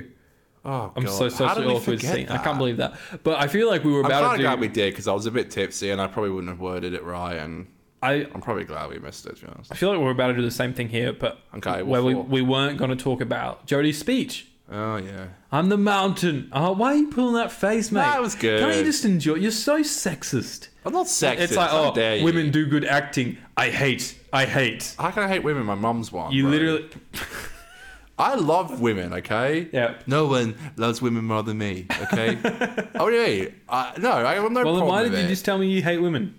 [SPEAKER 2] oh,
[SPEAKER 1] I'm
[SPEAKER 2] God.
[SPEAKER 1] so
[SPEAKER 2] How did
[SPEAKER 1] socially
[SPEAKER 2] we
[SPEAKER 1] awkward
[SPEAKER 2] forget
[SPEAKER 1] scene. I
[SPEAKER 2] that?
[SPEAKER 1] can't believe that. But I feel like we were
[SPEAKER 2] I'm
[SPEAKER 1] about
[SPEAKER 2] kind
[SPEAKER 1] to
[SPEAKER 2] of
[SPEAKER 1] do.
[SPEAKER 2] glad we did because I was a bit tipsy and I probably wouldn't have worded it right. And
[SPEAKER 1] I
[SPEAKER 2] I'm probably glad we missed it, to be honest.
[SPEAKER 1] I feel like we're about to do the same thing here, but
[SPEAKER 2] Okay,
[SPEAKER 1] where
[SPEAKER 2] what
[SPEAKER 1] we,
[SPEAKER 2] for?
[SPEAKER 1] we weren't going to talk about Jodie's speech.
[SPEAKER 2] Oh, yeah.
[SPEAKER 1] I'm the mountain. Oh, why are you pulling that face, mate?
[SPEAKER 2] That was good.
[SPEAKER 1] Can't you just enjoy? You're so sexist.
[SPEAKER 2] I'm not sexist.
[SPEAKER 1] It's like,
[SPEAKER 2] How
[SPEAKER 1] oh,
[SPEAKER 2] dare you.
[SPEAKER 1] women do good acting. I hate. I hate.
[SPEAKER 2] How can I hate women? My mum's one.
[SPEAKER 1] You
[SPEAKER 2] bro.
[SPEAKER 1] literally.
[SPEAKER 2] I love women, okay?
[SPEAKER 1] Yeah.
[SPEAKER 2] No one loves women more than me, okay? oh, yeah. I, no, I have no
[SPEAKER 1] Well, then
[SPEAKER 2] problem
[SPEAKER 1] why
[SPEAKER 2] with
[SPEAKER 1] did you
[SPEAKER 2] it.
[SPEAKER 1] just tell me you hate women?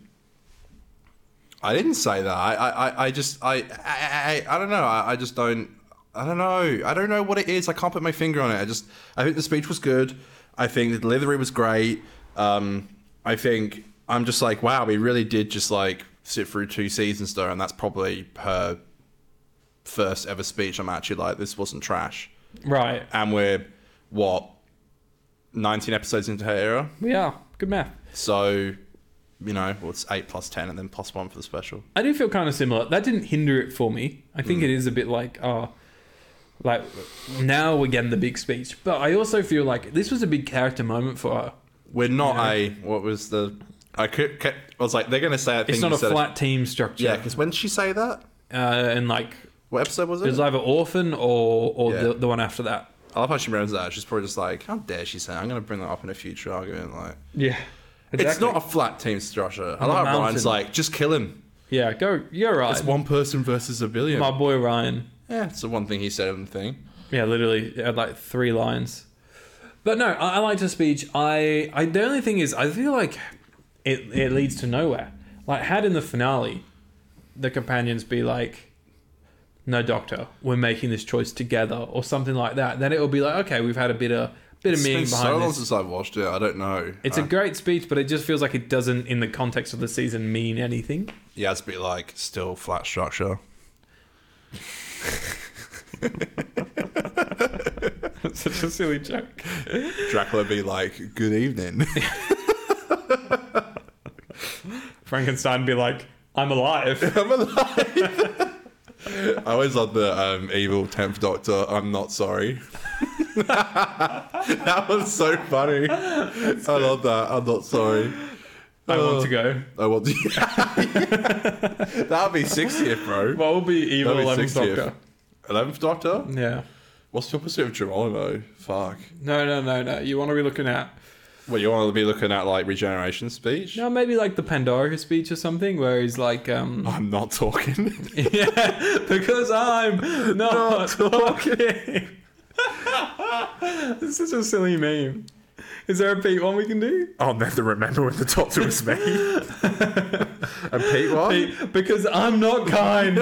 [SPEAKER 2] I didn't say that. I, I, I- I just, I, I, I, I don't know. I, I just don't, I don't know. I don't know what it is. I can't put my finger on it. I just, I think the speech was good. I think the delivery was great. Um, I think I'm just like, wow, we really did just like sit through two seasons though, and that's probably her first ever speech. I'm actually like, this wasn't trash.
[SPEAKER 1] Right.
[SPEAKER 2] And we're what, 19 episodes into her era.
[SPEAKER 1] We are. Good math.
[SPEAKER 2] So, you know, well, it's eight plus 10 and then plus one for the special.
[SPEAKER 1] I do feel kind of similar. That didn't hinder it for me. I
[SPEAKER 2] Mm.
[SPEAKER 1] think it is a bit like, oh, like now we're getting the big speech. But I also feel like this was a big character moment for uh, her.
[SPEAKER 2] We're not a what was the I could, kept, I was like they're gonna say that thing.
[SPEAKER 1] It's not
[SPEAKER 2] you
[SPEAKER 1] a
[SPEAKER 2] said-
[SPEAKER 1] flat team structure.
[SPEAKER 2] Yeah, because when did she say that?
[SPEAKER 1] Uh, and like,
[SPEAKER 2] What episode was
[SPEAKER 1] it
[SPEAKER 2] it?
[SPEAKER 1] was either Orphan or, or
[SPEAKER 2] Yeah.
[SPEAKER 1] the, the one after that.
[SPEAKER 2] I love how she remembers that. She's probably just like, how dare she say? It? I'm gonna bring that up in a future argument. Like,
[SPEAKER 1] Yeah.
[SPEAKER 2] it's not a flat team structure. I
[SPEAKER 1] the
[SPEAKER 2] like how
[SPEAKER 1] mountain.
[SPEAKER 2] Ryan's like, just kill him.
[SPEAKER 1] Yeah, go. You're right.
[SPEAKER 2] It's one person versus a billion.
[SPEAKER 1] My boy Ryan.
[SPEAKER 2] yeah, it's the one thing he said in the thing.
[SPEAKER 1] Yeah, literally, it had like three lines. But no, I, I liked her speech. I, I the only thing is, I feel like it it leads to nowhere. Like, had in the finale, the companions be like, "No, Doctor, we're making this choice together," or something like that. Then it will be like, "Okay, we've had a bit of bit of
[SPEAKER 2] It's
[SPEAKER 1] meaning
[SPEAKER 2] been so
[SPEAKER 1] behind
[SPEAKER 2] long
[SPEAKER 1] this."
[SPEAKER 2] since I've watched it. I don't know.
[SPEAKER 1] It's
[SPEAKER 2] Uh,
[SPEAKER 1] a great speech, but it just feels like it doesn't, in the context of the season, mean anything.
[SPEAKER 2] yeah, it's a bit like still flat structure.
[SPEAKER 1] It's such a silly joke.
[SPEAKER 2] Dracula be like, good evening.
[SPEAKER 1] Frankenstein be like, "I'm alive."
[SPEAKER 2] I'm alive. I always love the um, evil tenth Doctor. I'm not sorry. that was so funny. I love that. I'm not sorry.
[SPEAKER 1] I want to go.
[SPEAKER 2] I want to. That'd be 60th, bro.
[SPEAKER 1] What would be evil
[SPEAKER 2] That'd be
[SPEAKER 1] eleventh
[SPEAKER 2] 60th.
[SPEAKER 1] Doctor?
[SPEAKER 2] 11th Doctor?
[SPEAKER 1] Yeah.
[SPEAKER 2] What's the opposite of Geronimo? Fuck.
[SPEAKER 1] No, no, no, no. You want to be looking at
[SPEAKER 2] Well, you want to be looking at like regeneration speech?
[SPEAKER 1] no, maybe like the Pandora speech or something, where he's like, um,
[SPEAKER 2] I'm not talking.
[SPEAKER 1] yeah, because I'm not, talking. this is a silly meme. Is there a Pete one we can do?
[SPEAKER 2] I'll never remember when the doctor was me. and Pete what?
[SPEAKER 1] Pete, because I'm not kind.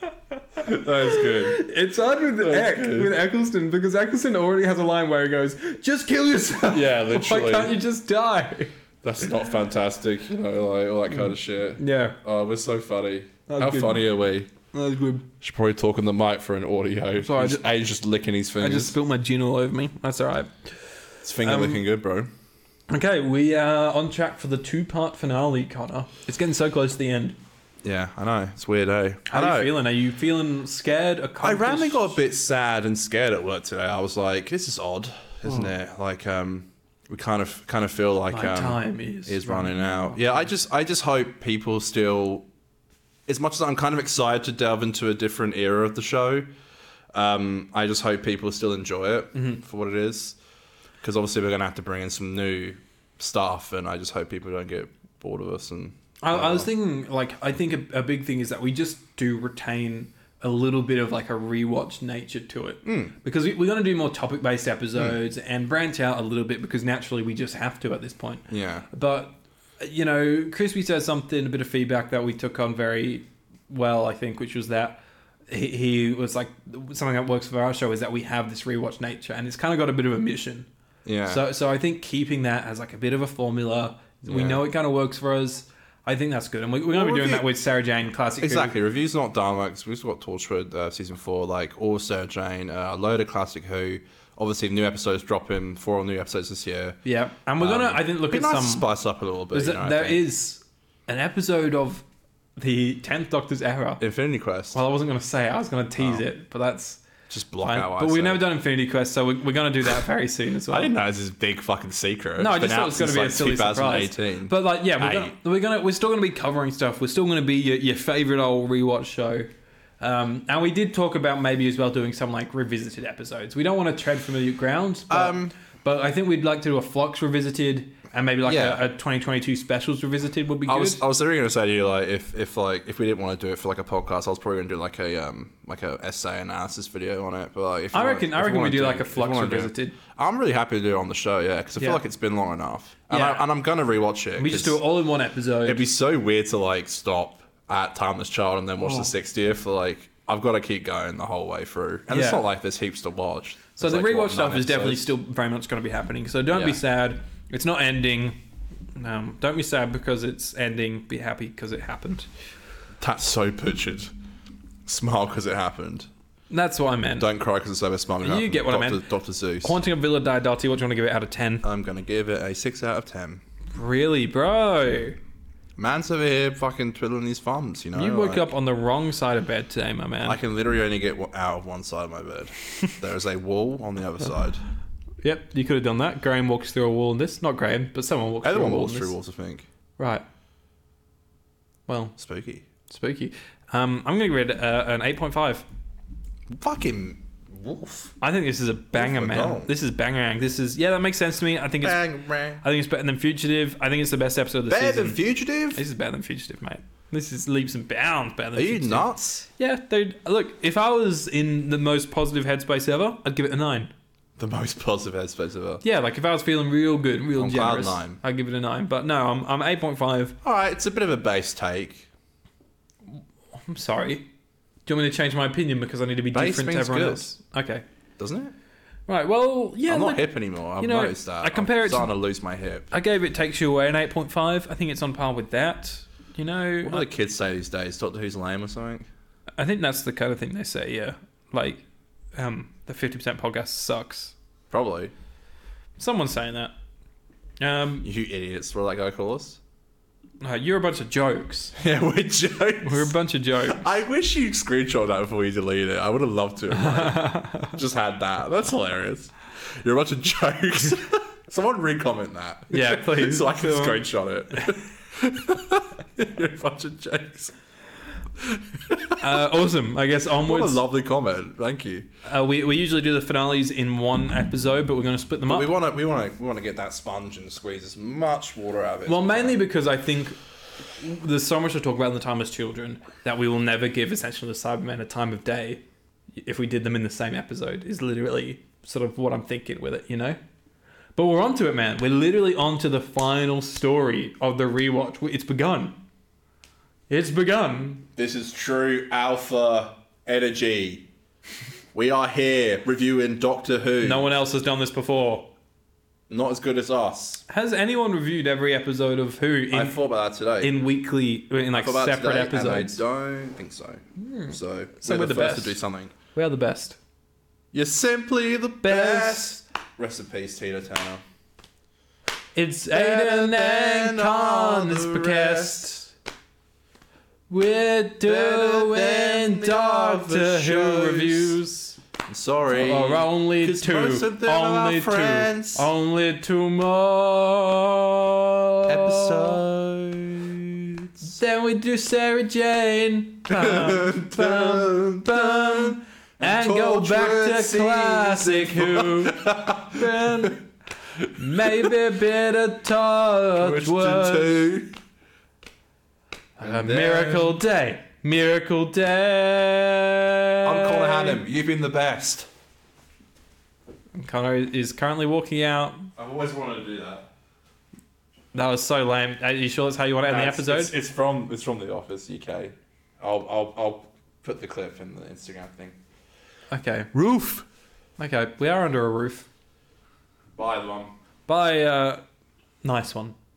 [SPEAKER 2] That's good.
[SPEAKER 1] It's hard with Eck,
[SPEAKER 2] good.
[SPEAKER 1] with Eccleston because Eccleston already has a line where he goes, "Just kill yourself."
[SPEAKER 2] Yeah,
[SPEAKER 1] Why
[SPEAKER 2] literally.
[SPEAKER 1] can't you just die?
[SPEAKER 2] That's not fantastic, you know, like all that kind of shit.
[SPEAKER 1] Yeah,
[SPEAKER 2] Oh, we're so funny.
[SPEAKER 1] That's
[SPEAKER 2] How
[SPEAKER 1] good.
[SPEAKER 2] funny are we?
[SPEAKER 1] that's good.
[SPEAKER 2] Should probably talk on the mic for an audio.
[SPEAKER 1] Sorry, I
[SPEAKER 2] He's- A's just licking his
[SPEAKER 1] I
[SPEAKER 2] fingers.
[SPEAKER 1] just spilled my gin all over me. That's all right.
[SPEAKER 2] His finger
[SPEAKER 1] um,
[SPEAKER 2] looking good, bro.
[SPEAKER 1] Okay, we are on track for the two-part finale, Connor. It's getting so close to the end.
[SPEAKER 2] Yeah, I know. It's weird, eh?
[SPEAKER 1] How
[SPEAKER 2] I
[SPEAKER 1] are
[SPEAKER 2] know.
[SPEAKER 1] you feeling? Are you feeling scared? Or
[SPEAKER 2] I randomly got a bit sad and scared at work today. I was like, "This is odd, isn't it?" Like, um, we kind of kind of feel like
[SPEAKER 1] Hmm. Like
[SPEAKER 2] um,
[SPEAKER 1] time is
[SPEAKER 2] is running, out. Yeah, I just I just hope people still, as much as I'm kind of excited to delve into a different era of the show, um, I just hope people still enjoy it for what it is, because obviously we're gonna have to bring in some new stuff, and I just hope people don't get bored of us. And
[SPEAKER 1] I, I
[SPEAKER 2] Oh.
[SPEAKER 1] was thinking, like, I think a, a big thing is that we just do retain a little bit of like a rewatch nature to it
[SPEAKER 2] Hmm.
[SPEAKER 1] because we, we're going to do more topic based episodes and branch out a little bit because naturally we just have to at this point.
[SPEAKER 2] yeah,
[SPEAKER 1] But you know, Crispy said something, a bit of feedback that we took on very well, I think, which was that he, he was like something that works for our show is that we have this rewatch nature, and it's kind of got a bit of a mission.
[SPEAKER 2] yeah.
[SPEAKER 1] So, so I think keeping that as like a bit of a formula, we
[SPEAKER 2] Yeah.
[SPEAKER 1] know it kind of works for us. I think that's good, and we, we're going
[SPEAKER 2] Well,
[SPEAKER 1] to be doing
[SPEAKER 2] review-
[SPEAKER 1] that with Sarah Jane Classic. Who.
[SPEAKER 2] Exactly. Review's not done. Like, 'cause we've just got Torchwood uh, season four, like all Sarah Jane, uh, a load of classic Who. Obviously, new episodes dropping. Four new episodes this year.
[SPEAKER 1] Yeah, and we're gonna. I think look
[SPEAKER 2] Um, Be
[SPEAKER 1] at
[SPEAKER 2] nice to
[SPEAKER 1] some.
[SPEAKER 2] spice up a little bit.
[SPEAKER 1] There's
[SPEAKER 2] You
[SPEAKER 1] a-
[SPEAKER 2] know, I
[SPEAKER 1] there
[SPEAKER 2] think.
[SPEAKER 1] is an episode of the Tenth Doctor's Era.
[SPEAKER 2] Infinity Quest.
[SPEAKER 1] Well, I wasn't going to say it. I was going to
[SPEAKER 2] Oh.
[SPEAKER 1] tease it, but that's
[SPEAKER 2] just block
[SPEAKER 1] fine.
[SPEAKER 2] out. what I
[SPEAKER 1] But we've
[SPEAKER 2] said.
[SPEAKER 1] never done Infinity Quest, so we're, we're going to do that very soon as well.
[SPEAKER 2] I didn't know this is a big fucking secret.
[SPEAKER 1] No, I
[SPEAKER 2] It's been
[SPEAKER 1] just thought it
[SPEAKER 2] out
[SPEAKER 1] was going to
[SPEAKER 2] since,
[SPEAKER 1] be
[SPEAKER 2] like,
[SPEAKER 1] a silly surprise.
[SPEAKER 2] 2018.
[SPEAKER 1] But like, yeah, we're
[SPEAKER 2] Aye.
[SPEAKER 1] gonna, we're gonna we're still gonna be covering stuff. We're still gonna be your, your favorite old rewatch show. Um, and we did talk about maybe as well doing some like revisited episodes. We don't want to tread familiar ground, but,
[SPEAKER 2] Um,
[SPEAKER 1] but I think we'd like to do a Flux revisited and maybe like
[SPEAKER 2] Yeah.
[SPEAKER 1] a, a 2022 specials revisited would be good.
[SPEAKER 2] I was I was literally gonna say to you like if, if like if we didn't want to do it for like a podcast, I was probably gonna do like a um like a essay analysis video on it. But like, if
[SPEAKER 1] I
[SPEAKER 2] you wanna-
[SPEAKER 1] reckon- I
[SPEAKER 2] if you
[SPEAKER 1] reckon we
[SPEAKER 2] wanna
[SPEAKER 1] do, like, a
[SPEAKER 2] if you
[SPEAKER 1] Flux
[SPEAKER 2] wanna do it-
[SPEAKER 1] Revisited.
[SPEAKER 2] I'm really happy to do it on the show, yeah, because I feel
[SPEAKER 1] Yeah.
[SPEAKER 2] like it's been long enough, and,
[SPEAKER 1] Yeah.
[SPEAKER 2] I, and I'm gonna rewatch it.
[SPEAKER 1] we just
[SPEAKER 2] 'cause
[SPEAKER 1] do it all in one episode.
[SPEAKER 2] It'd be so weird to like stop at Timeless Child and then
[SPEAKER 1] Oh.
[SPEAKER 2] watch the 60th. For like, I've got to keep going the whole way through, and
[SPEAKER 1] Yeah.
[SPEAKER 2] it's not like there's heaps to watch.
[SPEAKER 1] so
[SPEAKER 2] There's,
[SPEAKER 1] the
[SPEAKER 2] like,
[SPEAKER 1] rewatch
[SPEAKER 2] what,
[SPEAKER 1] stuff
[SPEAKER 2] nine
[SPEAKER 1] is definitely
[SPEAKER 2] episodes?
[SPEAKER 1] still very much going to be happening. So don't be
[SPEAKER 2] Yeah.
[SPEAKER 1] sad. It's not ending. Um, don't be sad because it's ending. Be happy because it happened.
[SPEAKER 2] that's so putrid. Smile because it happened.
[SPEAKER 1] That's what I meant.
[SPEAKER 2] Don't cry because it's over. Smile.
[SPEAKER 1] You get what I
[SPEAKER 2] Doctor,
[SPEAKER 1] meant.
[SPEAKER 2] Doctor Zeus.
[SPEAKER 1] Haunting of Villa Diodati, what do you want to give it out of 10?
[SPEAKER 2] I'm gonna give it a six out of ten.
[SPEAKER 1] Really, bro?
[SPEAKER 2] Man's over here fucking twiddling his thumbs. You know,
[SPEAKER 1] You woke
[SPEAKER 2] like,
[SPEAKER 1] up on the wrong side of bed today, my man.
[SPEAKER 2] I can literally only get one- out of one side of my bed. there is a wall on the other side.
[SPEAKER 1] Yep, you could have done that. Graham walks through a wall in this. Not Graham, but someone walks through
[SPEAKER 2] Everyone
[SPEAKER 1] a wall.
[SPEAKER 2] walks
[SPEAKER 1] in
[SPEAKER 2] through
[SPEAKER 1] this.
[SPEAKER 2] walls. I think
[SPEAKER 1] Right. Well,
[SPEAKER 2] spooky.
[SPEAKER 1] spooky. Um, I'm going to give it uh, an 8.5.
[SPEAKER 2] Fucking wolf.
[SPEAKER 1] I think this is a banger, man.
[SPEAKER 2] doll.
[SPEAKER 1] This is bangerang. This is, yeah, that makes sense to me. I think it's,
[SPEAKER 2] Bang, bang.
[SPEAKER 1] I think it's better than Fugitive. I think it's the best episode of the
[SPEAKER 2] Better
[SPEAKER 1] season.
[SPEAKER 2] than Fugitive?
[SPEAKER 1] this is better than Fugitive, mate. This is leaps and bounds better than
[SPEAKER 2] Are you
[SPEAKER 1] Fugitive.
[SPEAKER 2] nuts?
[SPEAKER 1] Yeah, dude. Look, if I was in the most positive headspace ever, I'd give it a nine.
[SPEAKER 2] The most positive headspace ever.
[SPEAKER 1] Yeah, like if I was feeling real good, real
[SPEAKER 2] On cloud
[SPEAKER 1] generous,
[SPEAKER 2] nine.
[SPEAKER 1] I'd give it a nine. But no, I'm I'm eight point five.
[SPEAKER 2] All right, it's a bit of a base take.
[SPEAKER 1] I'm sorry. Do you want me to change my opinion because I need to be
[SPEAKER 2] Base
[SPEAKER 1] different to
[SPEAKER 2] means
[SPEAKER 1] everyone
[SPEAKER 2] good.
[SPEAKER 1] else? Okay.
[SPEAKER 2] Doesn't it?
[SPEAKER 1] Right. Well, yeah.
[SPEAKER 2] I'm
[SPEAKER 1] look,
[SPEAKER 2] not hip anymore. I've
[SPEAKER 1] you know,
[SPEAKER 2] noticed that.
[SPEAKER 1] I compare
[SPEAKER 2] I'm
[SPEAKER 1] it to-
[SPEAKER 2] starting to lose my hip.
[SPEAKER 1] I gave it takes you away an eight point five. I think it's on par with that. You know,
[SPEAKER 2] What do the kids say these days? Doctor Who's lame or something?
[SPEAKER 1] I think that's the kind of thing they say. Yeah, like um, the fifty percent podcast sucks.
[SPEAKER 2] Probably.
[SPEAKER 1] Someone's saying that. Um,
[SPEAKER 2] You idiots. What did that guy call us?
[SPEAKER 1] No, you're a bunch of jokes.
[SPEAKER 2] Yeah, we're jokes.
[SPEAKER 1] We're a bunch of jokes.
[SPEAKER 2] I wish you screenshot that before you delete it. I would have loved to have like, just had that. That's hilarious. You're a bunch of jokes. Someone re-comment that.
[SPEAKER 1] Yeah, please.
[SPEAKER 2] so I can
[SPEAKER 1] Someone-
[SPEAKER 2] screenshot it. You're a bunch of jokes.
[SPEAKER 1] Uh, awesome. I guess
[SPEAKER 2] What a
[SPEAKER 1] onwards.
[SPEAKER 2] lovely comment. Thank you.
[SPEAKER 1] Uh, we, we usually do the finales in one episode, but we're going to split them up.
[SPEAKER 2] We want to. We want to. We want to get that sponge and squeeze as much water out of it.
[SPEAKER 1] Well, mainly because I think there's so much to talk about in the time as children that we will never give essentially the Cyberman a time of day if we did them in the same episode, is literally sort of what I'm thinking with it, you know? But we're onto it, man. We're literally onto the final story of the rewatch. It's begun. It's begun.
[SPEAKER 2] This is true alpha energy. We are here reviewing Doctor Who.
[SPEAKER 1] No one else has done this before.
[SPEAKER 2] not as good as us.
[SPEAKER 1] Has anyone reviewed every episode of Who
[SPEAKER 2] I
[SPEAKER 1] in,
[SPEAKER 2] thought about that today.
[SPEAKER 1] in weekly, in like
[SPEAKER 2] thought about it
[SPEAKER 1] separate
[SPEAKER 2] today,
[SPEAKER 1] episodes?
[SPEAKER 2] And I don't think so. So,
[SPEAKER 1] So
[SPEAKER 2] we're, Hmm. the, first to do
[SPEAKER 1] best.
[SPEAKER 2] something.
[SPEAKER 1] We are the best.
[SPEAKER 2] You're simply the best. Rest in peace, Tina Turner.
[SPEAKER 1] It's
[SPEAKER 2] Better
[SPEAKER 1] Aiden and
[SPEAKER 2] than all
[SPEAKER 1] Con, it's
[SPEAKER 2] the
[SPEAKER 1] Podcast. We're
[SPEAKER 2] Better
[SPEAKER 1] doing
[SPEAKER 2] than the
[SPEAKER 1] Doctor
[SPEAKER 2] other
[SPEAKER 1] Who
[SPEAKER 2] shows.
[SPEAKER 1] reviews.
[SPEAKER 2] I'm sorry.
[SPEAKER 1] Or only
[SPEAKER 2] 'Cause
[SPEAKER 1] two.
[SPEAKER 2] most of them are
[SPEAKER 1] Only two.
[SPEAKER 2] friends.
[SPEAKER 1] Only two more
[SPEAKER 2] Episodes.
[SPEAKER 1] Then we do Sarah Jane. Bum, bum, bum. And go back
[SPEAKER 2] Torchwood
[SPEAKER 1] to
[SPEAKER 2] season
[SPEAKER 1] classic Who. Then Maybe a bit of
[SPEAKER 2] Torchwood
[SPEAKER 1] Torchwood.
[SPEAKER 2] two.
[SPEAKER 1] A
[SPEAKER 2] then-
[SPEAKER 1] miracle day. Miracle day.
[SPEAKER 2] I'm Connor Hannum. You've been the best.
[SPEAKER 1] Connor is currently walking out.
[SPEAKER 2] I've always wanted to do that.
[SPEAKER 1] That was so lame. Are you sure that's how you want to end
[SPEAKER 2] No,
[SPEAKER 1] the
[SPEAKER 2] it's-
[SPEAKER 1] episode?
[SPEAKER 2] It's, it's from it's from The Office UK. I'll I'll, I'll put the clip in the Instagram thing.
[SPEAKER 1] Okay.
[SPEAKER 2] Roof.
[SPEAKER 1] Okay. We are under a roof.
[SPEAKER 2] Bye, everyone.
[SPEAKER 1] Bye. Uh, nice one.